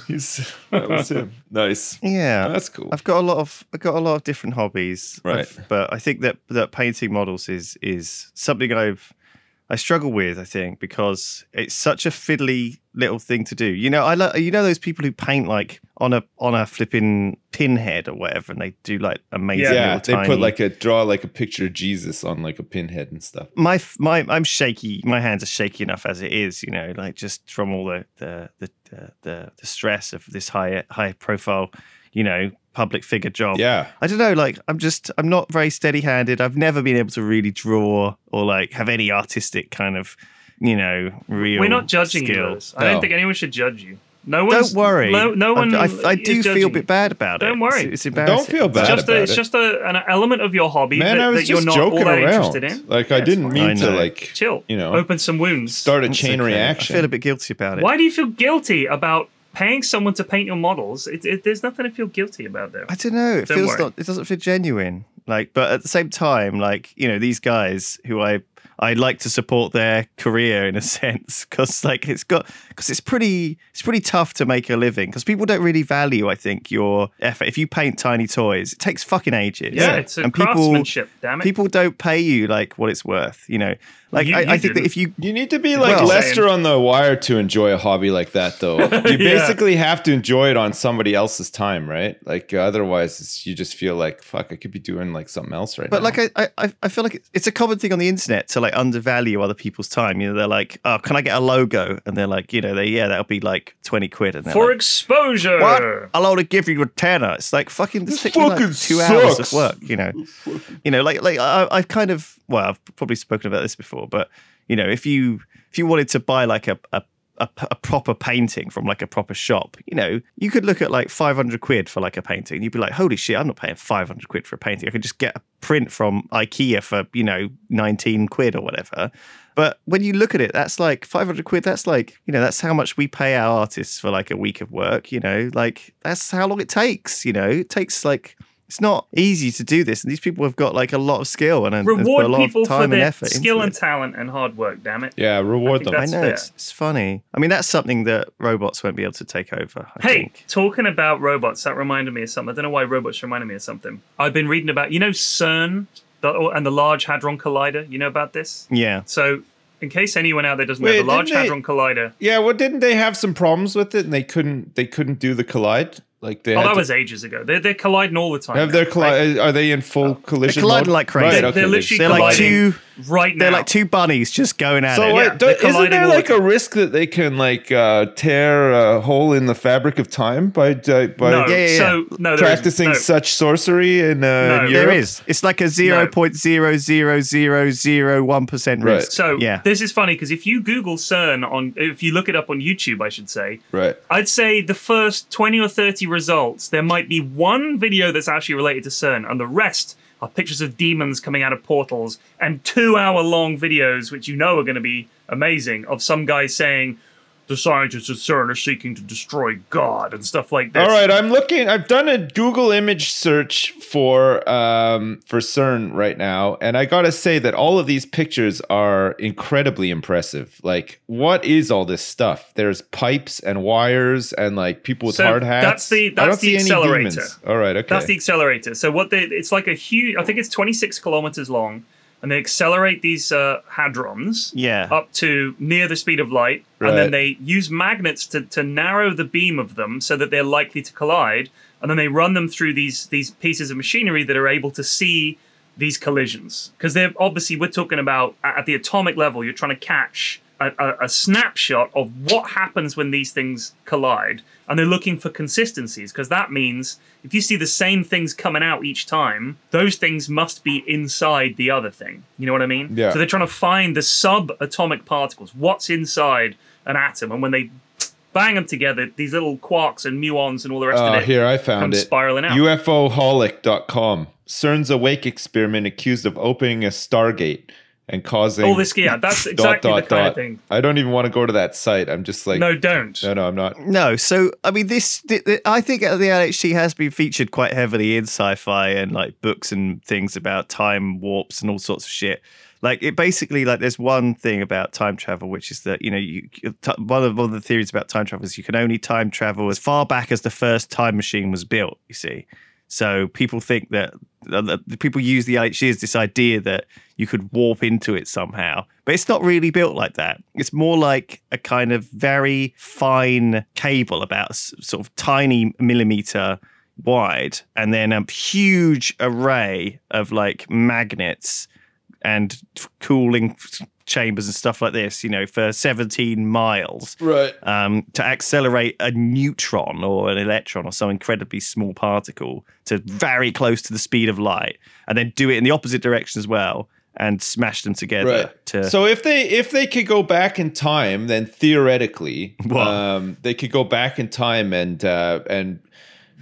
B: He's that was
A: [laughs]
B: him. Nice.
A: Yeah.
B: That's cool.
A: I've got a lot of I've got a lot of different hobbies,
B: Right.
A: I've- but I think that that painting models is is something I've I struggle with. I think because it's such a fiddly little thing to do. You know, I lo- you know those people who paint like on a on a flipping pinhead or whatever, and they do like amazing.
B: Yeah,
A: little
B: they put
A: tiny-
B: like a draw like a picture of Jesus on like a pinhead and stuff.
A: my f- my I'm shaky. My hands are shaky enough as it is, you know, like just from all the the the the, the, the stress of this high high profile, you know, public figure job.
B: Yeah,
A: I don't know, like I'm just I'm not very steady handed. I've never been able to really draw or like have any artistic kind of, you know, real
C: We're not judging you.
A: skill.
C: Lewis. I don't
B: No.
C: think anyone should judge you. No one's,
A: Don't worry.
C: No, no
A: I-
C: one.
A: I, I
C: is
A: do feel a
C: judging you.
A: bit bad about it.
C: Don't worry.
A: It's, it's embarrassing.
B: don't feel bad
C: It's just,
B: about
C: a, it's
B: it.
C: just a, an element of your hobby
B: Man,
C: that,
B: I
C: that
B: was
C: you're
B: just
C: not all
B: joking
C: that
B: around.
C: interested in.
B: Like I
C: That's
B: didn't
C: fine.
A: I
B: mean to
A: know.
B: like
C: Chill.
B: you know
C: open some wounds.
B: start a
A: It's
B: chain
A: okay.
B: reaction.
A: I feel a bit guilty about it.
C: Why do you feel guilty about paying someone to paint your models? It, it, there's nothing to feel guilty about there.
A: I don't know. It
C: Don't
A: feels
C: worry.
A: not. It doesn't feel genuine. Like, but at the same time, like you know, these guys who I I like to support their career in a [laughs] sense because like it's got because it's pretty it's pretty tough to make a living because people don't really value I think your effort. If you paint tiny toys, it takes fucking ages.
C: Yeah, it's a
A: and people
C: craftsmanship. damn it.
A: people don't pay you like what it's worth. You know, like
C: You-
A: I,
C: you
A: I think that
C: didn't.
A: if you
B: You need to be like
A: Well-
B: Lester on the wire to enjoy a hobby like that,
C: [laughs]
B: though. You
C: Yeah.
B: basically have to enjoy it on somebody else's time, right? Like otherwise, it's, you just feel like fuck. I could be doing like something else right
A: But
B: now.
A: like I, I- I, I feel like it's- it's a common thing on the internet to like undervalue other people's time. You know, they're like, "Oh, can I get a logo?" And they're like, "You know, they yeah, that'll be like twenty quid." And they're
C: For
A: like,
C: exposure.
A: "What? I'll only give you a tenner." It's like fucking. This
B: This
A: took me, like,
B: fucking
A: two hours
B: sucks.
A: of work. You know, you know, like like I, I've kind of well, I've probably spoken about this before, but you know, if you if you wanted to buy like a a a, a proper painting from like a proper shop, you know, you could look at like 500 quid for like a painting. You'd be like, holy shit, I'm not paying 500 quid for a painting. I could just get a print from IKEA for, you know, 19 quid or whatever. But when you look at it, that's like 500 quid. That's like, you know, that's how much we pay our artists for like a week of work, you know, like that's how long it takes, you know, it takes like, it's not easy to do this. And these people have got like a lot of skill and a, and put a
C: Reward
A: lot
C: people
A: of time
C: for
A: and
C: their
A: effort. into
C: skill
A: it.
C: and talent and hard work. Damn it.
B: yeah, reward
C: I
B: them.
C: think
A: I know
C: fair.
A: it's, it's funny. I mean, that's something that robots won't be able to take over. I
C: Hey,
A: think.
C: talking about robots, that reminded me of something. I don't know why robots reminded me of something. I've been reading about, you know, CERN the, and the Large Hadron Collider. You know about this?
A: yeah,
C: So, in case anyone out there doesn't
B: Wait,
C: know, the Large
B: didn't they-
C: Hadron Collider.
B: Yeah, well, didn't they have some problems with it, and they couldn't they couldn't do the collide? Like they
C: Oh,
B: had
C: that
B: to-
C: was ages ago. They're, they're colliding all the time.
B: have
C: now.
B: their collide. Are they in full collision?
A: collide
B: mode?
A: like crazy.
B: Right,
A: They're-
B: okay,
C: they're
B: they-
C: literally
A: they're like
C: colliding.
A: two
C: right now.
A: They're like two bunnies just going at
B: So
A: it.
B: wait,
C: Yeah,
B: don't-
C: they're
B: isn't there
C: colliding
B: like
C: all
B: a risk that they can like uh, tear a hole in the fabric of time by by, by
C: no,
A: Yeah, yeah, yeah.
C: so no, there isn't.
B: practicing
C: No.
B: such sorcery in, uh, in
C: No. There
B: Europe?
A: There is. It's like a zero point zero zero zero zero one percent
B: Right.
A: risk.
C: So
A: Yeah.
C: this is funny because if you Google CERN on, if you look it up on YouTube, I should say,
B: Right.
C: I'd say the first 20 or 30 results, there might be one video that's actually related to CERN, and the rest are pictures of demons coming out of portals and two hour long videos, which you know are going to be amazing, of some guy saying, the scientists at CERN are seeking to destroy God and stuff like this.
B: All right, I'm looking. I've done a Google image search for um, for CERN right now, and I gotta say that all of these pictures are incredibly impressive. Like, what is all this stuff? There's pipes and wires and like people with
C: So
B: hard hats.
C: that's the-
B: I
C: that's
B: don't
C: the
B: see any
C: accelerator.
B: demons. All right, okay.
C: That's the accelerator. So what they it's like a huge I think it's 26 kilometers long and they accelerate these uh, hadrons
A: Yeah.
C: up to near the speed of light and then
B: Right.
C: they use magnets to, to narrow the beam of them so that they're likely to collide and then they run them through these these pieces of machinery that are able to see these collisions because they're obviously we're talking about a- at the atomic level you're trying to catch a, a, a snapshot of what happens when these things collide and they're looking for consistencies because that means if you see the same things coming out each time those things must be inside the other thing you know what i mean
B: Yeah.
C: so they're trying to find the subatomic particles what's inside an atom and when they bang them together these little quarks and muons and all the rest
B: Uh,
C: of it
B: here, I found
C: comes
B: it.
C: spiraling out
B: UFOholic.com. CERN's awake experiment accused of opening a stargate and causing
C: all Oh, this yeah
B: [laughs]
C: that's exactly the kind of thing
B: I don't even want to go to that site. I'm just like,
C: no
B: no,
C: don't
B: no, I'm not.
A: No, so I mean, this th- th- I think the LHC has been featured quite heavily in sci-fi and like books and things about time warps and all sorts of shit. Like it basically like there's one thing about time travel, which is that you know you you- t- one of one of the theories about time travel is you can only time travel as far back as the first time machine was built. You see, so people think that the people use the LHC as this idea that you could warp into it somehow. But it's not really built like that. It's more like a kind of very fine cable, about s- sort of tiny millimeter wide, and then a huge array of like magnets and f- cooling f- chambers and stuff like this, you know, for 17 miles
B: Right.
A: um, to accelerate a neutron or an electron or some incredibly small particle to very close to the speed of light, and then do it in the opposite direction as well and smash them together.
B: Right.
A: To
B: So if they if they could go back in time, then
A: [laughs]
B: theoretically,
A: What?
B: um, they could go back in time and uh, and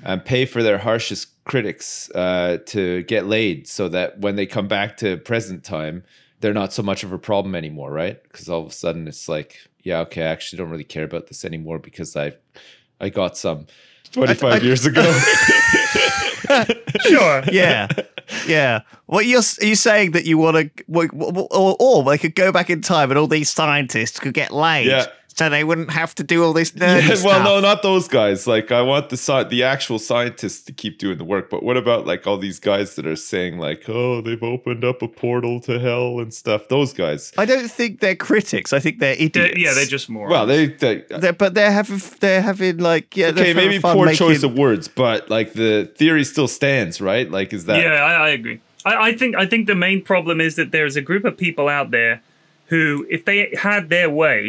B: and pay for their harshest critics uh, to get laid, so that when they come back to present time, they're not so much of a problem anymore, right? Because all of a sudden it's like, yeah, okay, I actually don't really care about this anymore because I I got some twenty five
A: I-
B: years ago.
C: [laughs]
A: [laughs]
C: sure
A: yeah, yeah. Well, you're s- are you saying that you want to, or or they could go back in time and all these scientists could get laid,
B: Yeah.
A: so they wouldn't have to do all this nerdy
B: Yeah, well,
A: stuff.
B: no, not those guys. Like, I want the sci- the actual scientists to keep doing the work. But what about like all these guys that are saying like, oh, they've opened up a portal to hell and stuff? Those guys.
A: I don't think they're critics. I think they're idiots.
C: They're- yeah they're just more
B: Well, they. they
A: They're- but they're having they're having like yeah. they're
B: okay,
A: having
B: maybe
A: fun
B: poor
A: making-
B: choice of words, but like the theory still stands, right? Like, is that?
C: Yeah, I, I agree. I, I think I think the main problem is that there's a group of people out there who, if they had their way,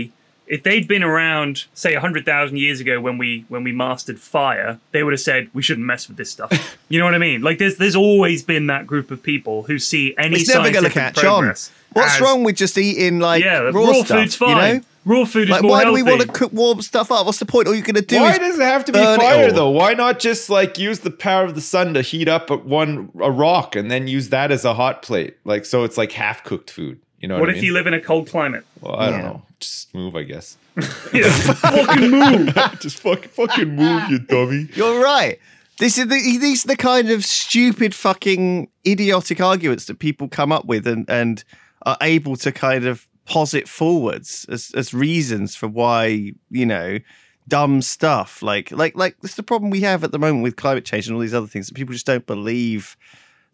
C: if they'd been around, say, hundred thousand years ago when we when we mastered fire, they would have said we shouldn't mess with this
A: [laughs]
C: stuff. you know what I mean? Like there's there's always been that group of people who see any
A: It's never
C: going
A: going to
C: to
A: catch
C: progress
A: on. What's
C: as-
A: wrong with just eating like
C: yeah,
A: raw, stuff,
C: food's fine.
A: You know?
C: Raw food is
A: Like,
C: more
A: why
C: healthy.
A: do we want to cook warm stuff up? What's the point? All you're going to do
B: Why
A: is
B: does it have to be
A: burn it
B: fire
A: all.
B: though? Why not just like use the power of the sun to heat up a- one a rock and then use that as a hot plate? Like, so it's like half cooked food. You know what,
C: what
B: I
C: if
B: mean?
C: you live in a cold
A: [laughs]
C: climate?
B: Well, I don't
A: Yeah.
B: know. Just move, I guess.
C: Yeah, fucking move.
B: Just fucking fucking move, you dummy.
A: You're right. This is the, these are the kind of stupid, fucking, idiotic arguments that people come up with and and are able to kind of posit forwards as as reasons for why you know dumb stuff like like like this is the problem we have at the moment with climate change and all these other things that people just don't believe.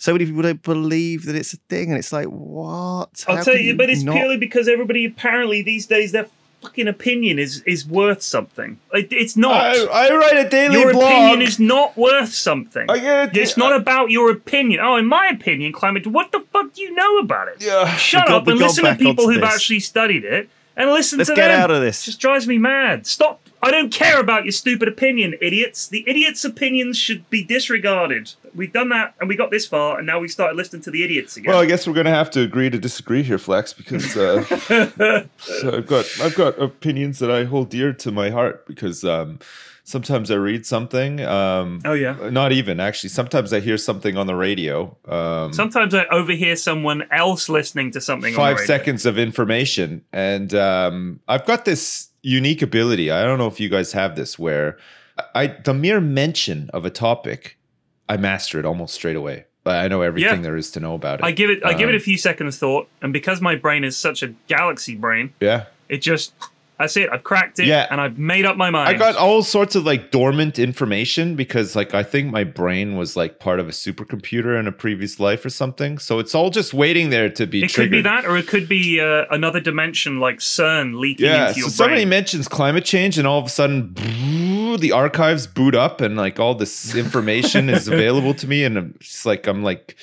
A: So many people don't believe that it's a thing, and it's like what?
C: I'll
A: How
C: tell
A: can
C: you, but it's
A: not-
C: purely because everybody apparently these days they're fucking opinion is is worth something. It, it's not.
B: I, I write a daily
C: your
B: blog.
C: opinion is not worth something.
B: I get it.
C: it's not about your opinion. Oh, in my opinion, climate. What the fuck do you know about it?
B: Yeah.
C: Shut
A: We've got-
C: up and
A: we've got
C: listen to
A: back onto
C: people who've
A: this.
C: actually studied it and listen
A: Let's
C: to
A: get
C: them.
A: out of this.
C: It just drives me mad. Stop. I don't care about your stupid opinion, idiots. The idiots' opinions should be disregarded. We've done that and we got this far, and now we started listening to the idiots again.
B: Well, I guess we're gonna have to agree to disagree here, Flex, because [laughs] uh, so I've got I've got opinions that I hold dear to my heart because um, sometimes I read something. Um,
C: oh, yeah.
B: Not even actually. Sometimes I hear something on the radio. Um,
C: Sometimes I overhear someone else listening to something on the
B: five
C: radio.
B: seconds of information, and um, I've got this unique ability. I don't know if you guys have this, where I the mere mention of a topic, I master it almost straight away. I I know everything there is to know about it.
C: I give it I give it a
B: Um,
C: few seconds thought, and because my brain is such a galaxy brain,
B: yeah.
C: it just that's it. I've cracked it,
B: Yeah.
C: and I've made up my mind.
B: I got all sorts of like dormant information because like I think my brain was like part of a supercomputer in a previous life or something. So it's all just waiting there to be
C: it could
B: triggered.
C: be that, or it could be uh, another dimension like CERN leaking
B: Yeah.
C: into
B: So
C: your
B: somebody
C: brain.
B: mentions climate change and all of a sudden the archives boot up and like all this information
C: [laughs]
B: is available to me and it's like I'm like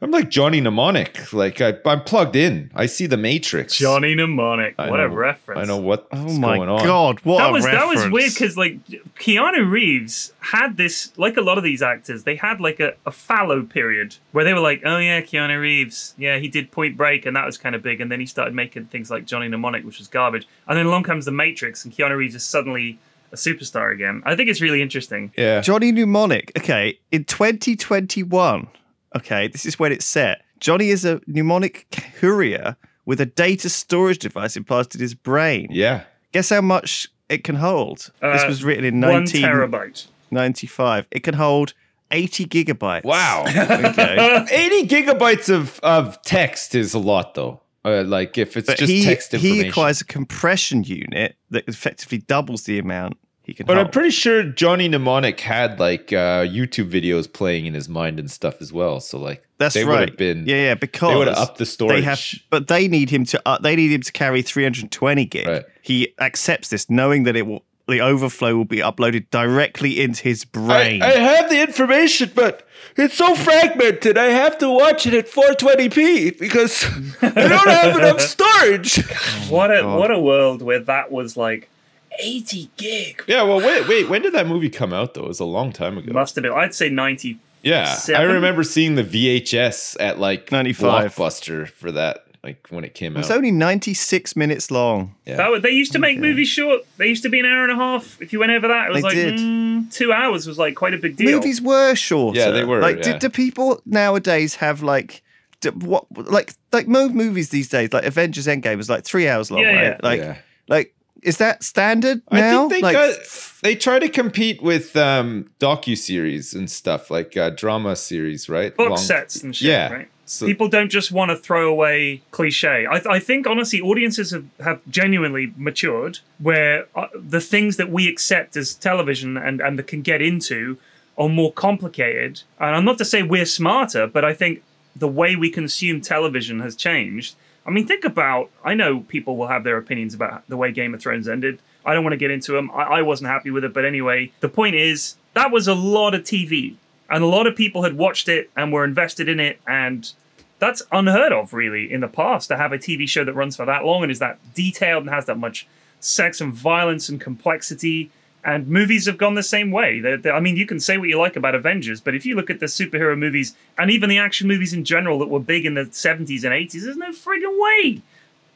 B: I'm like Johnny Mnemonic. Like I, I'm plugged in. I see the matrix.
C: Johnny mnemonic.
B: I
C: What a
B: know-
C: reference.
B: I know what's
A: Oh my
B: going on.
A: god! What
C: that
A: a
C: was
A: reference.
C: that was weird because like Keanu Reeves had this like a lot of these actors they had like a, a fallow period where they were like oh yeah Keanu Reeves yeah he did Point Break and that was kind of big and then he started making things like Johnny Mnemonic which was garbage and then along comes The Matrix and Keanu Reeves is suddenly a superstar again I think it's really interesting
B: Yeah.
A: Johnny Mnemonic. Okay, in 2021. Okay, this is when it's set. Johnny is a mnemonic courier with a data storage device implanted in his brain.
B: Yeah.
A: Guess how much it can hold? this
C: Uh,
A: was written in
C: one terabyte
A: 1995. It can hold 80 gigabytes. [laughs]
B: Wow. [laughs]
A: Okay.
B: 80 gigabytes of, of text is a lot though. Uh, like if it's
A: But
B: just
A: he,
B: text information.
A: he acquires a compression unit that effectively doubles the amount he can
B: but
A: hold.
B: I'm pretty sure Johnny Mnemonic had like uh, YouTube videos playing in his mind and stuff as well. So like
A: That's
B: they would
A: right.
B: have been
A: yeah, yeah,
B: they
A: because
B: would have upped the storage.
A: they have, but they need him to. Uh, they need him to carry 320 gig.
B: Right.
A: He accepts this, knowing that it will. The overflow will be uploaded directly into his
B: I,
A: brain.
B: I have the information, but it's so fragmented. I have to watch it at 420p because [laughs] I don't have [laughs] enough storage.
C: what a
A: God.
C: what a world where that was like 80 gig
B: Yeah, well, wait, wait. When did that movie come out though? It was a long time ago.
C: must have been I'd say 90
B: Yeah,
C: Seven?
B: I remember seeing the VHS at like
A: 95.
B: Blockbuster for that, like when it came
A: It's
B: out.
A: only 96 minutes long.
B: Yeah.
C: That was, they used to make movies short. They used to be an hour and a half. If you went over that, it was
A: They
C: like
A: did.
C: mm, two hours was like quite a big deal.
A: Movies were shorter.
B: Yeah, they were,
A: Like,
B: yeah.
A: do, do people nowadays have like? Do, what like like most movies these days like Avengers Endgame was like three hours long
C: Yeah,
A: right
C: yeah.
A: like
B: Yeah.
A: like is that standard
B: I
A: now
B: think they
A: like
B: got they try to compete with um docu series and stuff like uh, drama series, right?
C: box
B: Long-
C: sets and shit.
B: Yeah.
C: Right?
B: So,
C: People don't just want to throw away cliche. I, I think honestly, audiences have, have genuinely matured where uh, the things that we accept as television and and that can get into are more complicated. And I'm not to say we're smarter, but I think the way we consume television has changed. I mean, think about. I know people will have their opinions about the way Game of Thrones ended. I don't want to get into them. I, I wasn't happy with it, but anyway, the point is that was a lot of TV, and a lot of people had watched it and were invested in it, and that's unheard of, really, in the past to have a TV show that runs for that long and is that detailed and has that much sex and violence and complexity. And movies have gone the same way. They're, they're- I mean, you can say what you like about Avengers, but if you look at the superhero movies and even the action movies in general that were big in the 70s and 80s, there's no friggin' way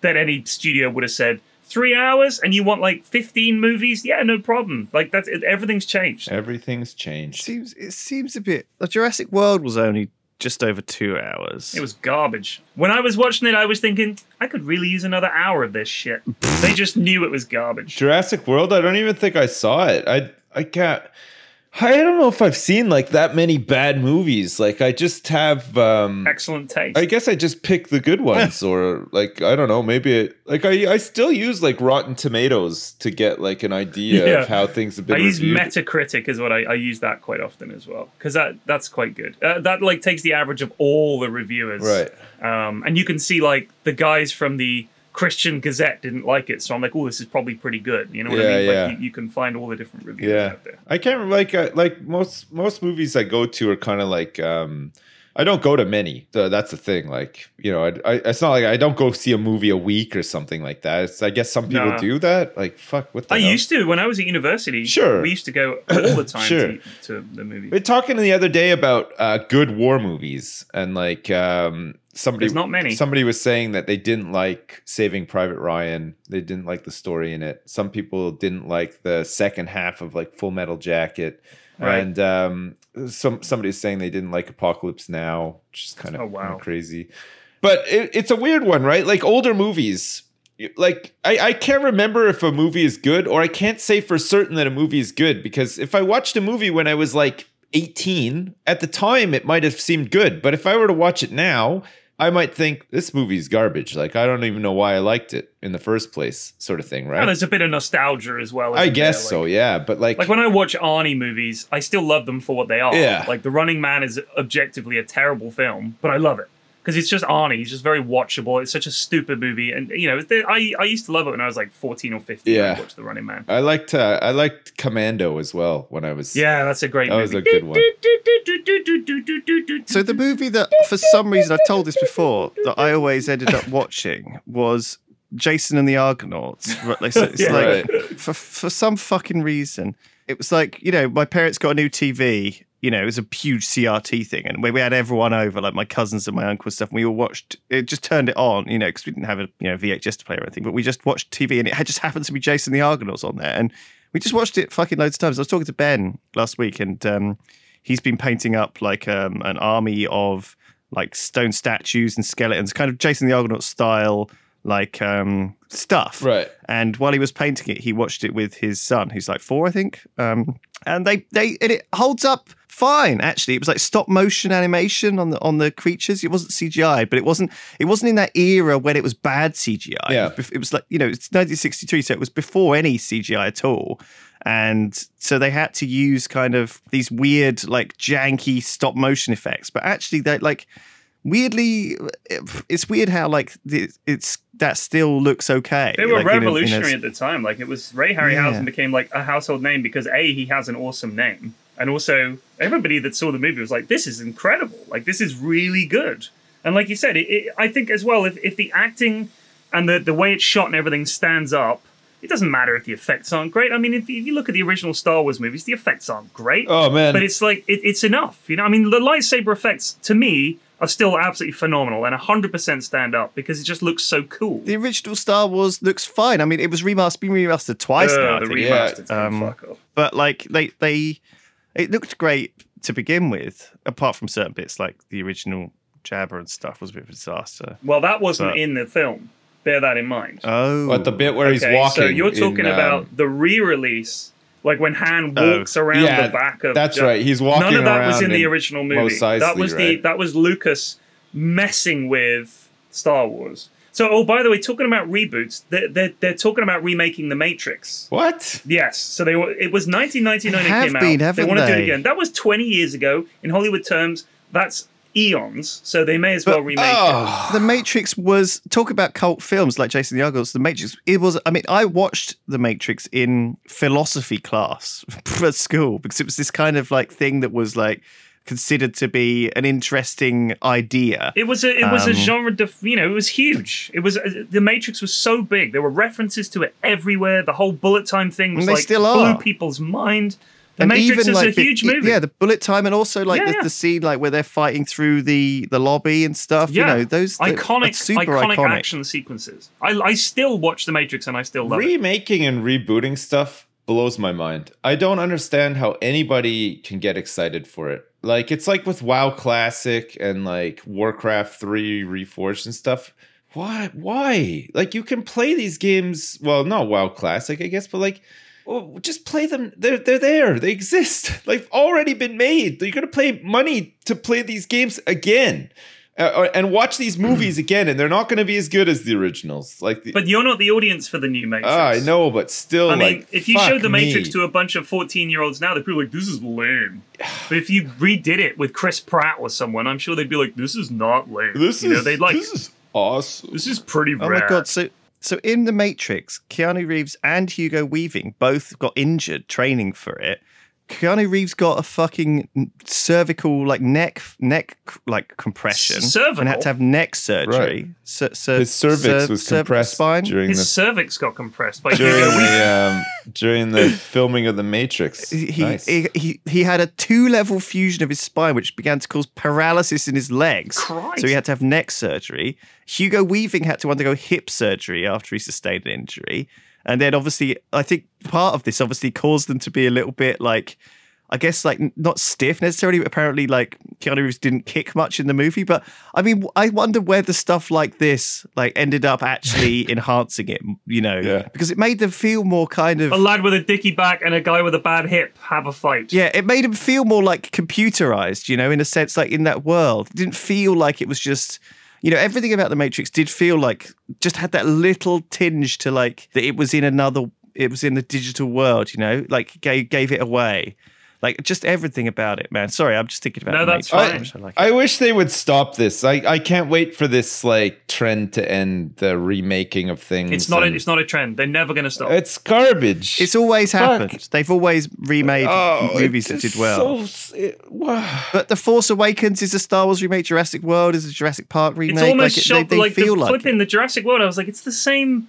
C: that any studio would have said three hours and you want like 15 movies. Yeah, no problem. Like that's it, everything's changed.
B: everything's changed.
A: seems it seems a bit the Jurassic World was only just over two hours
C: It was garbage. When I was watching it, I was thinking I could really use another hour of this shit. they just knew it was garbage.
B: Jurassic World. I don't even think I saw it. I I can't. I don't know if I've seen like that many bad movies. Like I just have. um
C: Excellent taste.
B: I guess I just pick the
A: [laughs]
B: good ones, or like I don't know, maybe it, like I I still use like Rotten Tomatoes to get like an idea
C: Yeah.
B: of how things have been.
C: I use
B: reviewed.
C: Metacritic is what I, I use that quite often as well because that that's quite good. Uh, that like takes the average of all the reviewers,
B: right?
C: Um, and you can see like the guys from the Christian Gazette didn't like it, so I'm like, oh, this is probably pretty good. You know what
B: Yeah,
C: I mean?
B: yeah.
C: Like you, you can find all the different reviews
B: Yeah.
C: out there.
B: I can't like uh, like most most movies I go to are kind of like um I don't go to many. So that's the thing. Like you know, I, I it's not like I don't go see a movie a week or something like that. It's, I guess some people
C: Nah.
B: do that. Like fuck, what the
C: I
B: hell?
C: used to when I was at university.
B: Uh-huh. Sure.
C: we used to go all the time
B: Sure.
C: to, to the movie.
B: We're talking the other day about uh, good war movies, and like um, somebody
C: There's not many.
B: Somebody was saying that they didn't like Saving Private Ryan. They didn't like the story in it. Some people didn't like the second half of like Full Metal Jacket,
C: Right.
B: and um, some somebody was saying they didn't like Apocalypse Now, which is kind of
C: Oh, wow.
B: crazy. But it, it's a weird one, right? Like older movies, like I, I can't remember if a movie is good or i can't say for certain that a movie is good because if i watched a movie when i was like 18 at the time it might have seemed good but if i were to watch it now i might think this movie's garbage like i don't even know why i liked it in the first place sort of thing
C: And
B: right
C: there's a bit of nostalgia as well.
B: i
C: isn't
B: guess
C: there?
B: so
C: Like-
B: yeah but like,
C: Like when I watch Arnie movies, I still love them for what they are.
B: Yeah.
C: Like The Running Man is objectively a terrible film, but I love it because it's just Arnie. He's just very watchable. It's such a stupid movie, and you know, the, I I used to love it when I was like 14 or 15. I
B: Yeah.
C: watched The Running Man.
B: i liked uh, i liked commando as well when i was
C: Yeah, that's a great
B: that was
C: movie.
B: a good one
A: So the movie that, for some reason, I've told this before, that I always ended up watching was Jason and the Argonauts. Right, like, so It's
C: Yeah.
A: like for for some fucking reason, it was like you know my parents got a new TV. You know, it was a huge CRT thing, and we, we had everyone over, like my cousins and my uncle and stuff. And we all watched. It just turned it on, you know, because we didn't have a you know VHS to play or anything, but we just watched TV, and it had just happened to be Jason the Argonauts on there, and we just watched it fucking loads of times. I was talking to Ben last week, and um, he's been painting up like um, an army of like stone statues and skeletons, kind of Jason the Argonaut style, like um, stuff.
B: right
A: And while he was painting it, he watched it with his son, who's like four, I think. Um, and they they and it holds up fine. Actually, it was like stop motion animation on the on the creatures. It wasn't CGI, but it wasn't it wasn't in that era when it was bad CGI.
B: Yeah.
A: It was, bef- it was like you know it's 1963, so it was before any CGI at all. And so they had to use kind of these weird like janky stop motion effects, but actually they like weirdly it's weird how like the- it's that still looks okay
C: They
A: like,
C: were
A: in a- in a-
C: revolutionary at the time. Like it was Ray Harryhausen
A: Yeah.
C: became like a household name because a he has an awesome name, and also everybody that saw the movie was like, "This is incredible! Like this is really good." And like you said, it, it, I think as well if, if the acting and the the way it's shot and everything stands up. It doesn't matter if the effects aren't great. I mean, if you if you look at the original Star Wars movies, the effects aren't great
B: oh man
C: but it's like it, it's enough you know i mean the lightsaber effects to me are still absolutely phenomenal and 100% stand up because it just looks so cool
A: the original Star Wars looks fine. I mean, it was remastered, been remastered twice
C: Ugh,
A: now, I
C: Uh, the
A: think.
B: re-
C: remastered
A: yeah,
C: thing,
A: um,
C: fuck off.
A: but like they they, it looked great to begin with. Apart from certain bits, like the original Jabber and stuff, was a bit of a disaster.
C: well that wasn't
A: but-
C: in the film bear that in mind
A: Oh,
B: but the bit where he's
C: Okay,
B: walking
C: so you're
B: in,
C: talking
B: um,
C: about the re-release like when han
A: Oh.
C: walks around
B: Yeah,
C: the back of
B: that's
C: Ja-
B: right he's walking
C: none of that was
B: around
C: in the
B: and-
C: original movie.
B: Mos
C: that
B: Eisley,
C: was the
B: right?
C: that was Lucas messing with Star Wars. So, oh, by the way, talking about reboots, they're they're, they're talking about remaking The Matrix.
B: what
C: Yes, so they were. It was 1999
A: They have
C: it came
A: been,
C: out. They
A: haven't
C: want to do it
A: they?
C: again. That was 20 years ago in Hollywood terms. That's eons. So they may as well
A: But-
C: remake. it.
B: oh
A: The Matrix was talk about cult films like Jason the Argonauts. The Matrix. It was. I mean, I watched The Matrix in philosophy class [laughs] at school because it was this kind of like thing that was like considered to be an interesting idea.
C: It was a it was a
A: Um,
C: genre. Def- you know, it was huge. It was the Matrix was so big. There were references to it everywhere. The whole bullet time thing was
A: And they
C: like
A: still
C: blew
A: are.
C: people's mind. The
A: And
C: Matrix is a
A: the-
C: huge movie.
A: Yeah, the bullet time and also like
C: Yeah.
A: the, the scene like where they're fighting through the the lobby and stuff.
C: Yeah.
A: You know, those th-
C: iconic,
A: that's super
C: iconic,
A: iconic.
C: action sequences. I, I still watch The Matrix and I still love it.
B: remaking and rebooting stuff blows my mind. I don't understand how anybody can get excited for it. Like it's like with WoW Classic and like Warcraft 3 Reforged and stuff. Why why? Like you can play these games, well, not WoW Classic, I guess, but like well, just play them. They're they're there. They exist. [laughs] They've already been made. You're gonna pay money to play these games again, uh, and watch these movies again, and they're not gonna be as good as the originals. Like the,
C: But you're not the audience for the new Matrix.
B: Ah, I know, but still,
C: I mean,
B: like,
C: if you showed
B: showed
C: The Matrix to a bunch of 14 year olds now, they'd be like, this is lame. But if you redid it with Chris Pratt or someone, I'm sure they'd be like, this is not lame.
B: this
C: you
B: is
C: know, they'd like,
B: this is awesome.
C: this is pretty
A: Oh
C: rad.
A: my god! So So in The Matrix, Keanu Reeves and Hugo Weaving both got injured training for it. Keanu Reeves got a fucking cervical like neck neck like compression
C: Cervical?
A: and had to have neck surgery.
B: Right.
A: Cer- cer-
B: His cervix
A: cer-
B: was
A: cervical
B: compressed
A: spine.
B: during
C: His
B: the
C: cervix got compressed [laughs] by
B: during
C: Hugo Weaving.
B: the um, during
C: [laughs]
B: the filming of the Matrix.
A: he,
B: Nice.
A: he, he he had a two level fusion of his spine, which began to cause paralysis in his legs.
C: Christ.
A: So he had to have neck surgery. Hugo Weaving had to undergo hip surgery after he sustained an injury. And then obviously, I think part of this obviously caused them to be a little bit like, I guess, like n- not stiff necessarily, but apparently, like Keanu Reeves didn't kick much in the movie. But I mean, w- I wonder whether stuff like this like ended up actually enhancing it, you know,
B: Yeah.
A: because it made them feel more kind of
C: A lad with a dicky back and a guy with a bad hip have a fight.
A: yeah, it made him feel more like computerized, you know, in a sense, like in that world. It didn't feel like it was just, you know, everything about the Matrix did feel like just had that little tinge to like that it was in another, it was in the digital world, you know, like gave gave it away, like just everything about it, man. Sorry, I'm just thinking about
C: No,
A: the
C: that's
A: Matrix.
C: fine.
A: How much I like it.
B: I wish they would stop this. I, I can't wait for this like trend to end the remaking of things.
C: It's not a,
B: and-
C: it's not a trend. They're never going to stop.
B: it's garbage.
A: It's always
B: Fuck.
A: happened. They've always remade movies that
B: it's
A: did well.
B: so- it- wow.
A: but The Force Awakens is a Star Wars remake. Jurassic World is a Jurassic Park remake.
C: it's almost
A: like it-
C: shot
A: they, they
C: like
A: feel
C: the
A: like it.
C: flipping the Jurassic World. I was like, it's the same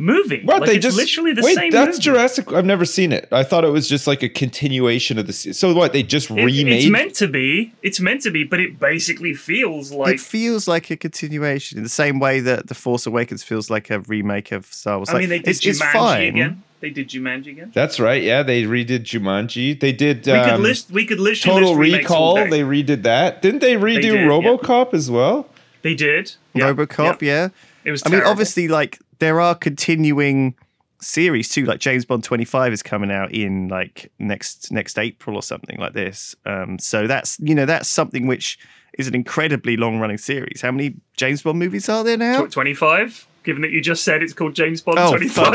C: movie.
B: What
C: like,
B: they
C: it's
B: just
C: literally the
B: wait,
C: same.
B: That's
C: movie.
B: Jurassic. I've never seen it. I thought it was just like a continuation of the. se- So what? They just
C: It-
B: remade.
C: It's meant to be. It's meant to be, but it basically feels like.
A: it feels like a continuation in the same way that the Force Awakens feels like a remake of Star Wars.
C: I
A: Like,
C: mean, they did
A: it's, it's
C: Jumanji
A: fine.
C: again. They did Jumanji again.
B: that's right. Yeah, they redid Jumanji. They did.
C: We could
B: um,
C: list. We could list.
B: Total
C: list remakes all
B: Recall.
C: day.
B: They redid that. Didn't they redo
C: did, yeah.
B: RoboCop as well?
C: They did. Yeah,
A: RoboCop, yeah.
C: yeah. It was.
A: I mean,
C: terrible.
A: obviously, like there are continuing series too. Like James Bond twenty five is coming out in like next next April or something like this. Um, so that's you know that's something which is an incredibly long running series. How many James Bond movies are there now?
C: Tw- 25 given that you just said it's called james bond
A: Oh, fuck
C: 25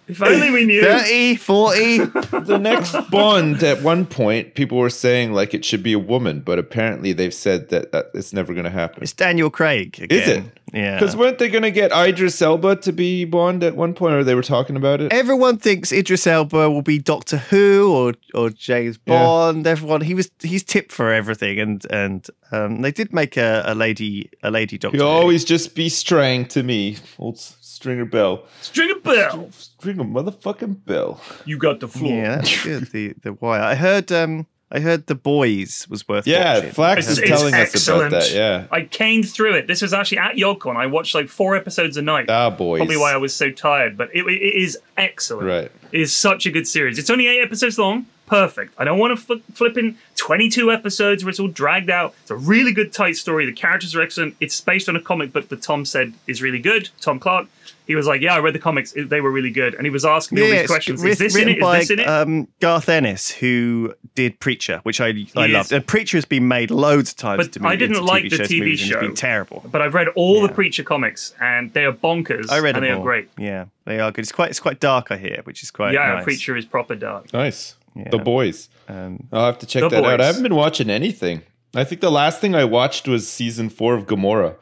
A: [laughs]
C: if only we knew
A: 30, 40.
B: The next [laughs] Bond. At one point, people were saying like it should be a woman, but apparently they've said that, that it's never going to happen.
A: it's Daniel Craig again.
B: it?
A: Yeah.
B: Because weren't they going to get Idris Elba to be Bond at one point, or they were talking about it?
A: everyone thinks Idris Elba will be Doctor Who or or James
B: Yeah.
A: Bond. Everyone he was he's tipped for everything, and and um, they did make a, a lady a lady Doctor.
B: He'll
A: Who.
B: always Oh, just be Strang to me, old S- Stringer Bell.
C: string a bell
B: Stringer motherfucking Bell.
C: you got the
B: [laughs]
C: floor
A: yeah, that's good. The the wire. I heard um I heard the boys was worth
B: Yeah,
A: watching.
B: Flax
C: It's-
B: is
A: Um,
C: it's
B: telling
C: excellent.
B: us about that. Yeah.
C: i caned through it this was actually at yogcon i watched like four episodes a night
B: Ah, boys.
C: Probably why I was so tired, but it, it is excellent.
B: Right.
C: It is such a good series. It's only eight episodes long. Perfect. I don't want to fl- flip in 22 episodes where it's all dragged out. It's a really good, tight story. The characters are excellent. It's based on a comic book that Tom said is really good. Tom Clark. He was like, Yeah, I read the comics. It- They were really good. And he was asking me
A: yeah,
C: all these
A: it's
C: questions.
A: writ-
C: Is this in
A: written
C: it? Is
A: by
C: this in it?
A: Um, Garth Ennis, who did Preacher, which I I
C: is-
A: loved. And Preacher has been made loads of times.
C: But
A: to me
C: I didn't
A: into
C: like
A: TV
C: the
A: shows,
C: TV
A: movies, and
C: show.
A: It's been terrible.
C: but I've read all
A: yeah.
C: the Preacher comics and they are bonkers.
A: I read them
C: And they
A: all.
C: are great.
A: Yeah, they are good. It's quite it's quite dark. I hear, which is quite
C: yeah,
A: nice.
C: Preacher is proper dark.
B: Nice.
A: Yeah.
B: The boys.
A: Um,
B: I'll have to check
C: The
B: that out. I
C: boys.
B: haven't been watching anything. I think the last thing I watched was season four of Gamora,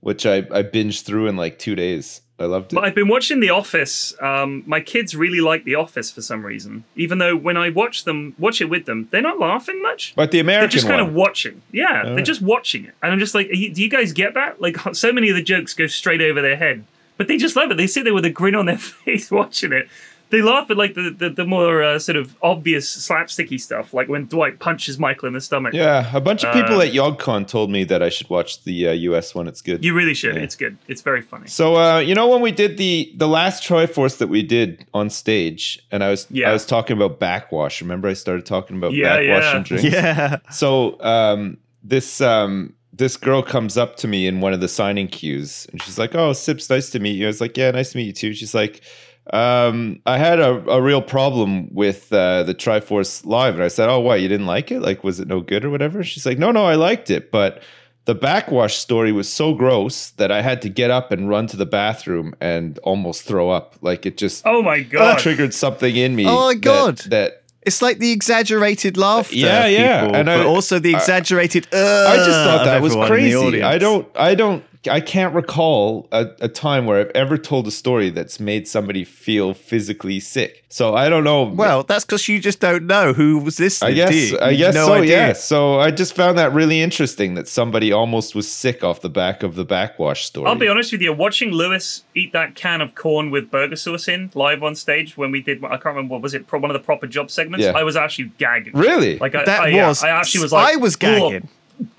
B: which I, I binged through in like two days. I loved it.
C: But I've been watching The Office. Um, my kids really like The Office for some reason, even though when I watch them, watch it with them, they're not laughing much.
B: but the
C: They're
B: American
C: just kind
B: one.
C: of watching. Yeah, they're
B: right.
C: just watching it, and I'm just like, "Are you- do you guys get that? Like, [laughs] so many of the jokes go straight over their head, but they just love it. They sit there with a grin on their [laughs] face watching it. They laugh at like the the, the more uh, sort of obvious slapsticky stuff, like when Dwight punches Michael in the stomach.
B: yeah, a bunch of people
C: Uh,
B: at YogCon told me that I should watch the uh, US one. It's good.
C: You really should.
B: Yeah.
C: It's good. It's very funny.
B: So uh, you know when we did the the last Triforce that we did on stage, and I was
C: Yeah.
B: I was talking about backwash. Remember, I started talking about
C: Yeah,
B: backwash
C: yeah.
B: and drinks.
A: yeah.
B: So um, this um, this girl comes up to me in one of the signing queues, and she's like, "Oh, Sips, nice to meet you." I was like, "Yeah, nice to meet you too." She's like, um, "I had a, a real problem with uh, the Triforce Live," and I said, "Oh, what? You didn't like it? Like, was it no good or whatever?" She's like, "No, no, I liked it, but." The backwash story was so gross that I had to get up and run to the bathroom and almost throw up. Like it just
C: Oh my god!
B: triggered something in me.
A: Oh my
B: that-
A: God.
B: That,
A: It's like the exaggerated laughter.
B: Yeah,
A: of
B: yeah.
A: people,
B: And I-
A: but also the exaggerated.
B: I just
A: Uh,
B: thought that was crazy. I
A: I
B: don't, I don't, I can't recall a, a time where I've ever told a story that's made somebody feel physically sick. So I don't know.
A: Well, that's because you just don't know who was this.
B: I guess,
A: do you?
B: I
A: You
B: guess
A: have no
B: so.
A: idea.
B: Yeah. So I just found that really interesting that somebody almost was sick off the back of the backwash story.
C: I'll be honest with you. Watching Lewis eat that can of corn with burger sauce in live on stage when we did, I can't remember what was it, pro- one of the proper job segments.
B: Yeah.
C: I was actually gagging.
B: Really?
C: Like I,
A: That
C: I, Oh, yeah,
A: was.
C: I actually was like,
A: I was
C: "Ugh,
A: gagging.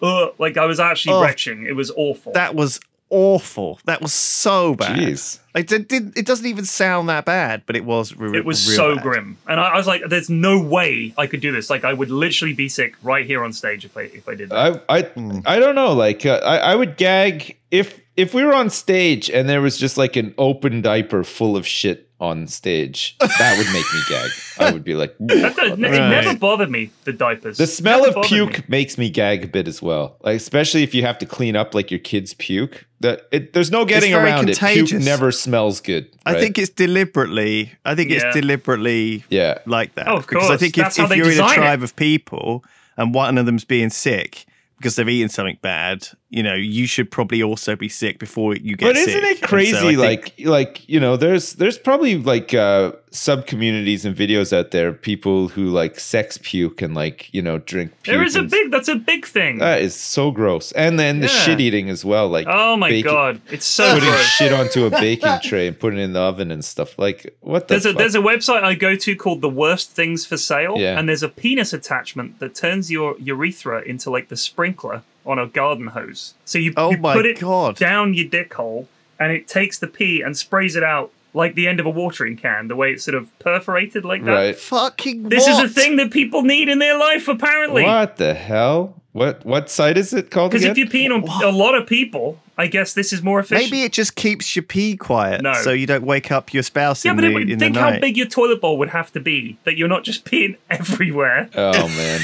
C: ugh," like I was actually
A: Oh.
C: retching. It was awful.
A: That was awful. That was so bad.
B: Jeez.
A: Like, did, did, it doesn't even sound that bad, but it was. Re-
C: it was
A: real
C: so
A: bad.
C: grim, and I, I was like, "There's no way I could do this. Like I would literally be sick right here on stage if I if I did that."
B: I I
A: Hmm.
B: I don't know. Like uh, I I would gag if if we were on stage and there was just like an open diaper full of shit on stage. That would make me gag. I would be like,
C: That does- It
A: Right.
C: never bothered me. The diapers.
B: the smell
C: Never
B: of
C: bothered
B: puke
C: me.
B: makes me gag a bit as well. Like especially if you have to clean up like your kids' puke. That it, there's no getting
A: very
B: around it. Puke
A: contagious.
B: never smells good.
A: I
B: right?
A: think it's deliberately. I think
C: Yeah.
A: it's deliberately
B: yeah.
A: like that.
C: Oh, of
A: because I
C: course.
A: think if,
C: That's how
A: if
C: they
A: you're in a
C: design it.
A: tribe of people and one of them's being sick because they've eaten something bad, you know, you should probably also be sick before you get
B: but
A: sick.
B: isn't
A: And
B: it
A: so I
B: crazy
A: think-
B: like like you know there's there's probably like uh sub communities and videos out there of people who like sex puke and like you know drink puke
C: There is a
B: and-
C: big. That's a big thing.
B: that is so gross and then the
C: Yeah.
B: shit eating as well like
C: oh my
B: baking-
C: god, it's so
B: putting
C: gross.
B: shit onto
C: [laughs]
B: a baking tray and putting it in the oven and stuff like what the
C: There's a
B: fuck?
C: there's a website I go to called The Worst Things for Sale,
B: Yeah.
C: and there's a penis attachment that turns your urethra into like the sprinkler on a garden hose. So you,
A: Oh
C: you
A: my
C: put it
A: God.
C: down your dick hole, and it takes the pee and sprays it out like the end of a watering can, the way it's sort of perforated like that.
B: right
A: fucking
C: This is
A: what?
C: a thing that people need in their life, apparently.
B: what the hell what what site is it called
C: Because
B: again?
C: if you're peeing on a lot of people, I guess this is more efficient.
A: Maybe it just keeps your pee quiet
C: No.
A: so you don't wake up your spouse
C: yeah,
A: in
C: but
A: the,
C: it-
A: in
C: think
A: the
C: how
A: night.
C: big your toilet bowl would have to be that you're not just [laughs] peeing everywhere.
B: [laughs] oh man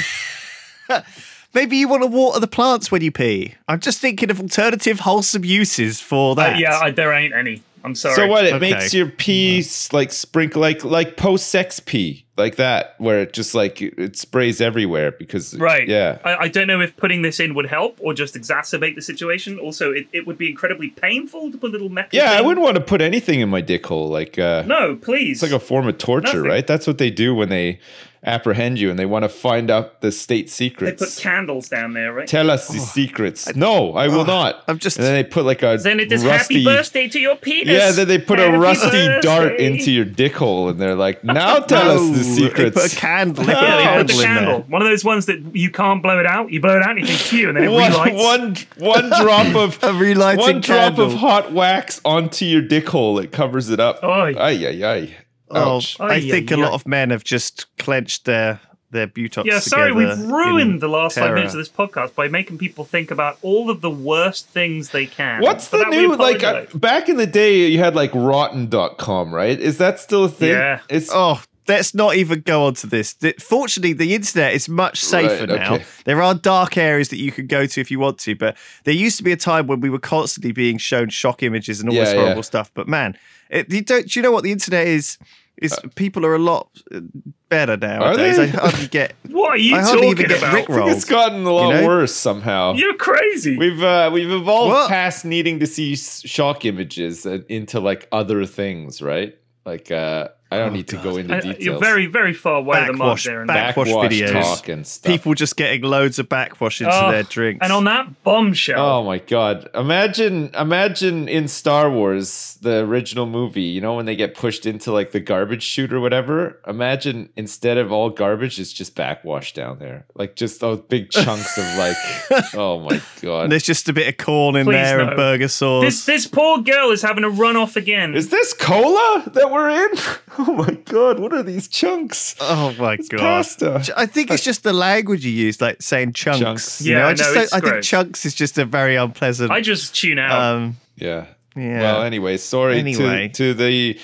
A: Maybe you want to water the plants when you pee. I'm just thinking of alternative wholesome uses for
C: Uh,
A: that.
C: yeah, I, there ain't any. I'm sorry.
B: So what? It
A: Okay.
B: makes your pee like sprinkle like like post sex pee like that, where it just like it it sprays everywhere because
C: Right.
B: yeah.
C: I, I don't know if putting this in would help or just exacerbate the situation. Also, it, it would be incredibly painful to put a little metal.
B: Yeah, I
C: thing-
B: wouldn't want to put anything in my dick hole. Like, uh,
C: No, please.
B: it's like a form of torture,
C: Nothing.
B: right? That's what they do when they apprehend you and they want to find out the state
C: they put
B: secrets.
C: candles down there, right?
B: Tell us the secrets. no, I will not.
A: Oh. I'm just-
B: And then they put like a
C: then it is
B: rusty.
C: happy birthday to your penis.
B: yeah, then they put
C: Happy
B: a rusty dart
C: birthday.
B: into your dick hole, and they're like, "Now tell
A: No,
B: us the
A: They
B: secrets."
A: put a candle.
C: [laughs]
A: They put a
B: Yeah,
C: Yeah, they put
A: candle
C: the
A: in
C: candle.
A: there.
C: One of those ones that you can't blow it out. You blow it out, and you think phew, and then it
B: one,
C: relights.
B: [laughs] one,
A: [laughs]
B: one drop of
A: A relighted
B: one drop
A: candle.
B: of hot wax onto your dick hole. It covers it up.
C: Oy.
B: Ay, ay, ay.
A: Oh,
B: Ouch.
A: I
C: Ay,
A: think a
C: ay,
A: lot
C: ay.
A: of men have just clenched their their butox.
C: Yeah, sorry,
A: together
C: we've ruined
A: in
C: the last five
A: terror.
C: minutes of this podcast by making people think about all of the worst things they can.
B: What's
C: For
B: the
C: that, we
B: new like uh,
C: apologize.
B: back in the day you had like rotten.com, right? Is that still a thing?
C: Yeah.
B: It's
A: Oh, let's not even go on to this. Th- Fortunately, the internet is much safer
B: Right,
A: now.
B: okay.
A: There are dark areas that you can go to if you want to, but there used to be a time when we were constantly being shown shock images and all this
B: Yeah, yeah.
A: horrible stuff. But man, it, you don't. Do you know what the internet is? Is people are a lot uh, better nowadays.
B: they?
A: I hardly
B: [laughs]
A: get.
C: What are you
A: I hardly even
C: talking
A: get
C: about?
A: rickrolled.
B: it's gotten a lot
A: You know?
B: worse somehow.
C: You're crazy.
B: We've uh, we've evolved
A: What?
B: past needing to see s- shock images and into like other things, right? Like uh, I don't
A: Oh,
B: need to
A: God.
B: go into
C: I- I-
B: details.
C: you're very, very far away of the mark
A: Backwash,
C: there. And,
A: back-
B: backwash,
A: Backwash videos.
B: talk and stuff.
A: People just getting loads of backwash into
C: Oh,
A: their drinks.
C: and on that bombshell,
B: Oh my god. Imagine imagine in Star Wars, the original movie, you know, when they get pushed into like the garbage chute or whatever. Imagine instead of all garbage, it's just backwash down there. Like just those big chunks of like oh my
A: And
B: god.
A: there's just a bit of corn in
C: Please
A: there
C: no.
A: and burger sauce.
C: this this poor girl is having a run off again.
B: Is this cola that we're in? [laughs] Oh my god, what are these chunks?
A: oh my god.
B: Pasta.
A: I think it's just the language you use, like saying chunks.
B: Chunks.
A: You know,
C: Yeah,
A: I just
C: no,
A: don't-
C: it's
A: I think
C: gross.
A: chunks is just a very unpleasant.
C: I just tune out.
A: um,
B: Yeah.
A: yeah.
B: Well, anyway, sorry
A: Anyway.
B: to to the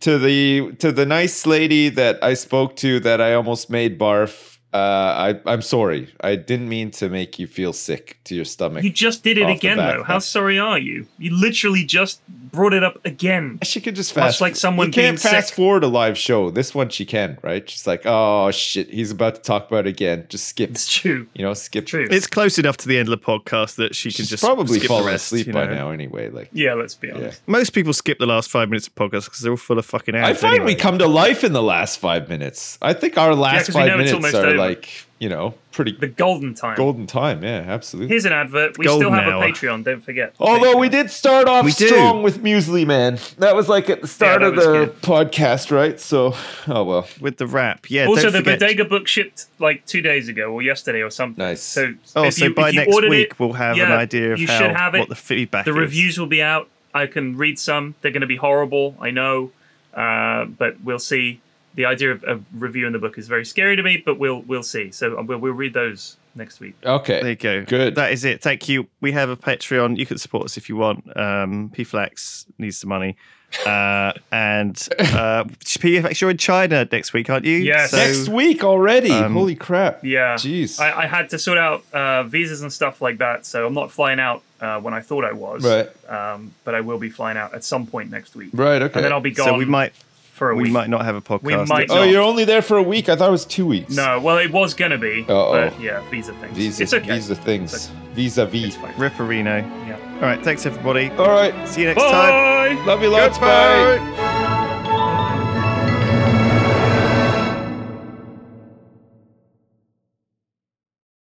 B: to the to the nice lady that I spoke to that I almost made barf Uh, I, I'm sorry. I didn't mean to make you feel sick to your stomach.
C: You just did it
B: Off the
C: again,
B: bat,
C: though. How
B: that's-
C: sorry are you? You literally just brought it up again.
B: she could just
C: Much
B: fast.
C: like someone
B: you can't
C: being
B: fast
C: sick.
B: forward a live show. This one she can, right? She's like, oh shit, he's about to talk about it again. Just skip.
C: It's true.
B: You know, skip.
C: True.
A: It's close enough to the end of the podcast that she can
B: She's
A: just
B: probably
A: skip
B: falling
A: the rest,
B: asleep
A: you
B: by
A: know.
B: now, anyway. Like,
C: yeah, let's be
B: yeah.
C: honest.
A: Most people skip the last five minutes of podcasts because they're all full of fucking ads.
B: I find
A: anyway.
B: we come to life in the last five minutes. I think our last
C: 'cause we know
B: five
C: it's
B: minutes
C: almost
B: are
C: over.
B: like, you know, pretty
C: The golden time.
B: golden time. Yeah, absolutely.
C: Here's an advert. We
A: Golden
C: still have
A: hour. Oh,
C: a Patreon. Don't forget.
B: Although we
C: Patreon.
B: did start off
A: We do.
B: strong with Muesli Man. That was like at the start
C: that
B: of
C: was
B: the
C: good.
B: podcast, right? So, oh well.
A: with the rap. Yeah.
C: Also,
A: don't
C: the
A: forget-
C: bodega book shipped like two days ago or yesterday or something.
B: Nice.
C: So,
A: Oh,
C: if
A: so
C: you,
A: by
C: if you
A: next
C: ordered
A: week
C: it,
A: we'll have an
C: yeah,
A: idea of
C: you
A: how
C: should have it.
A: what the feedback.
C: the
A: is.
C: reviews will be out. I can read some. They're going to be horrible. I know, uh, but we'll see. The idea of, of reviewing the book is very scary to me, but we'll we'll see. So um, we'll, we'll read those next week.
B: Okay.
A: There you go.
B: Good.
A: That is it. Thank you. We have a Patreon. You can support us if you want. Um, PFLAX needs some money. Uh, and uh, PFLAX, you're in China next week, aren't you?
C: Yes.
A: So-
B: Next week already.
A: Um,
B: Holy crap.
C: Yeah.
B: Jeez.
C: uh, I, I had to sort out uh, visas and stuff like that, so I'm not flying out uh, when I thought I was.
B: Right.
C: Um, but I will be flying out at some point next week,
B: right. Okay.
C: and then I'll be gone
A: So we might
C: for a
A: we
C: week.
A: might not have a podcast.
C: We might
B: oh,
C: No.
B: you're only there for a week. I thought it was two weeks.
C: No, well, it was gonna be.
B: Uh-oh.
C: But yeah, visa things.
B: Visa,
C: it's okay.
B: visa
C: It's
B: things. Visa V.
C: It's fine.
A: Ripperino.
C: Yeah.
B: Oh.
A: All right. Thanks everybody.
B: All right.
A: See you next time.
C: Bye.
B: Love you lots.
A: Goodbye.
B: Bye.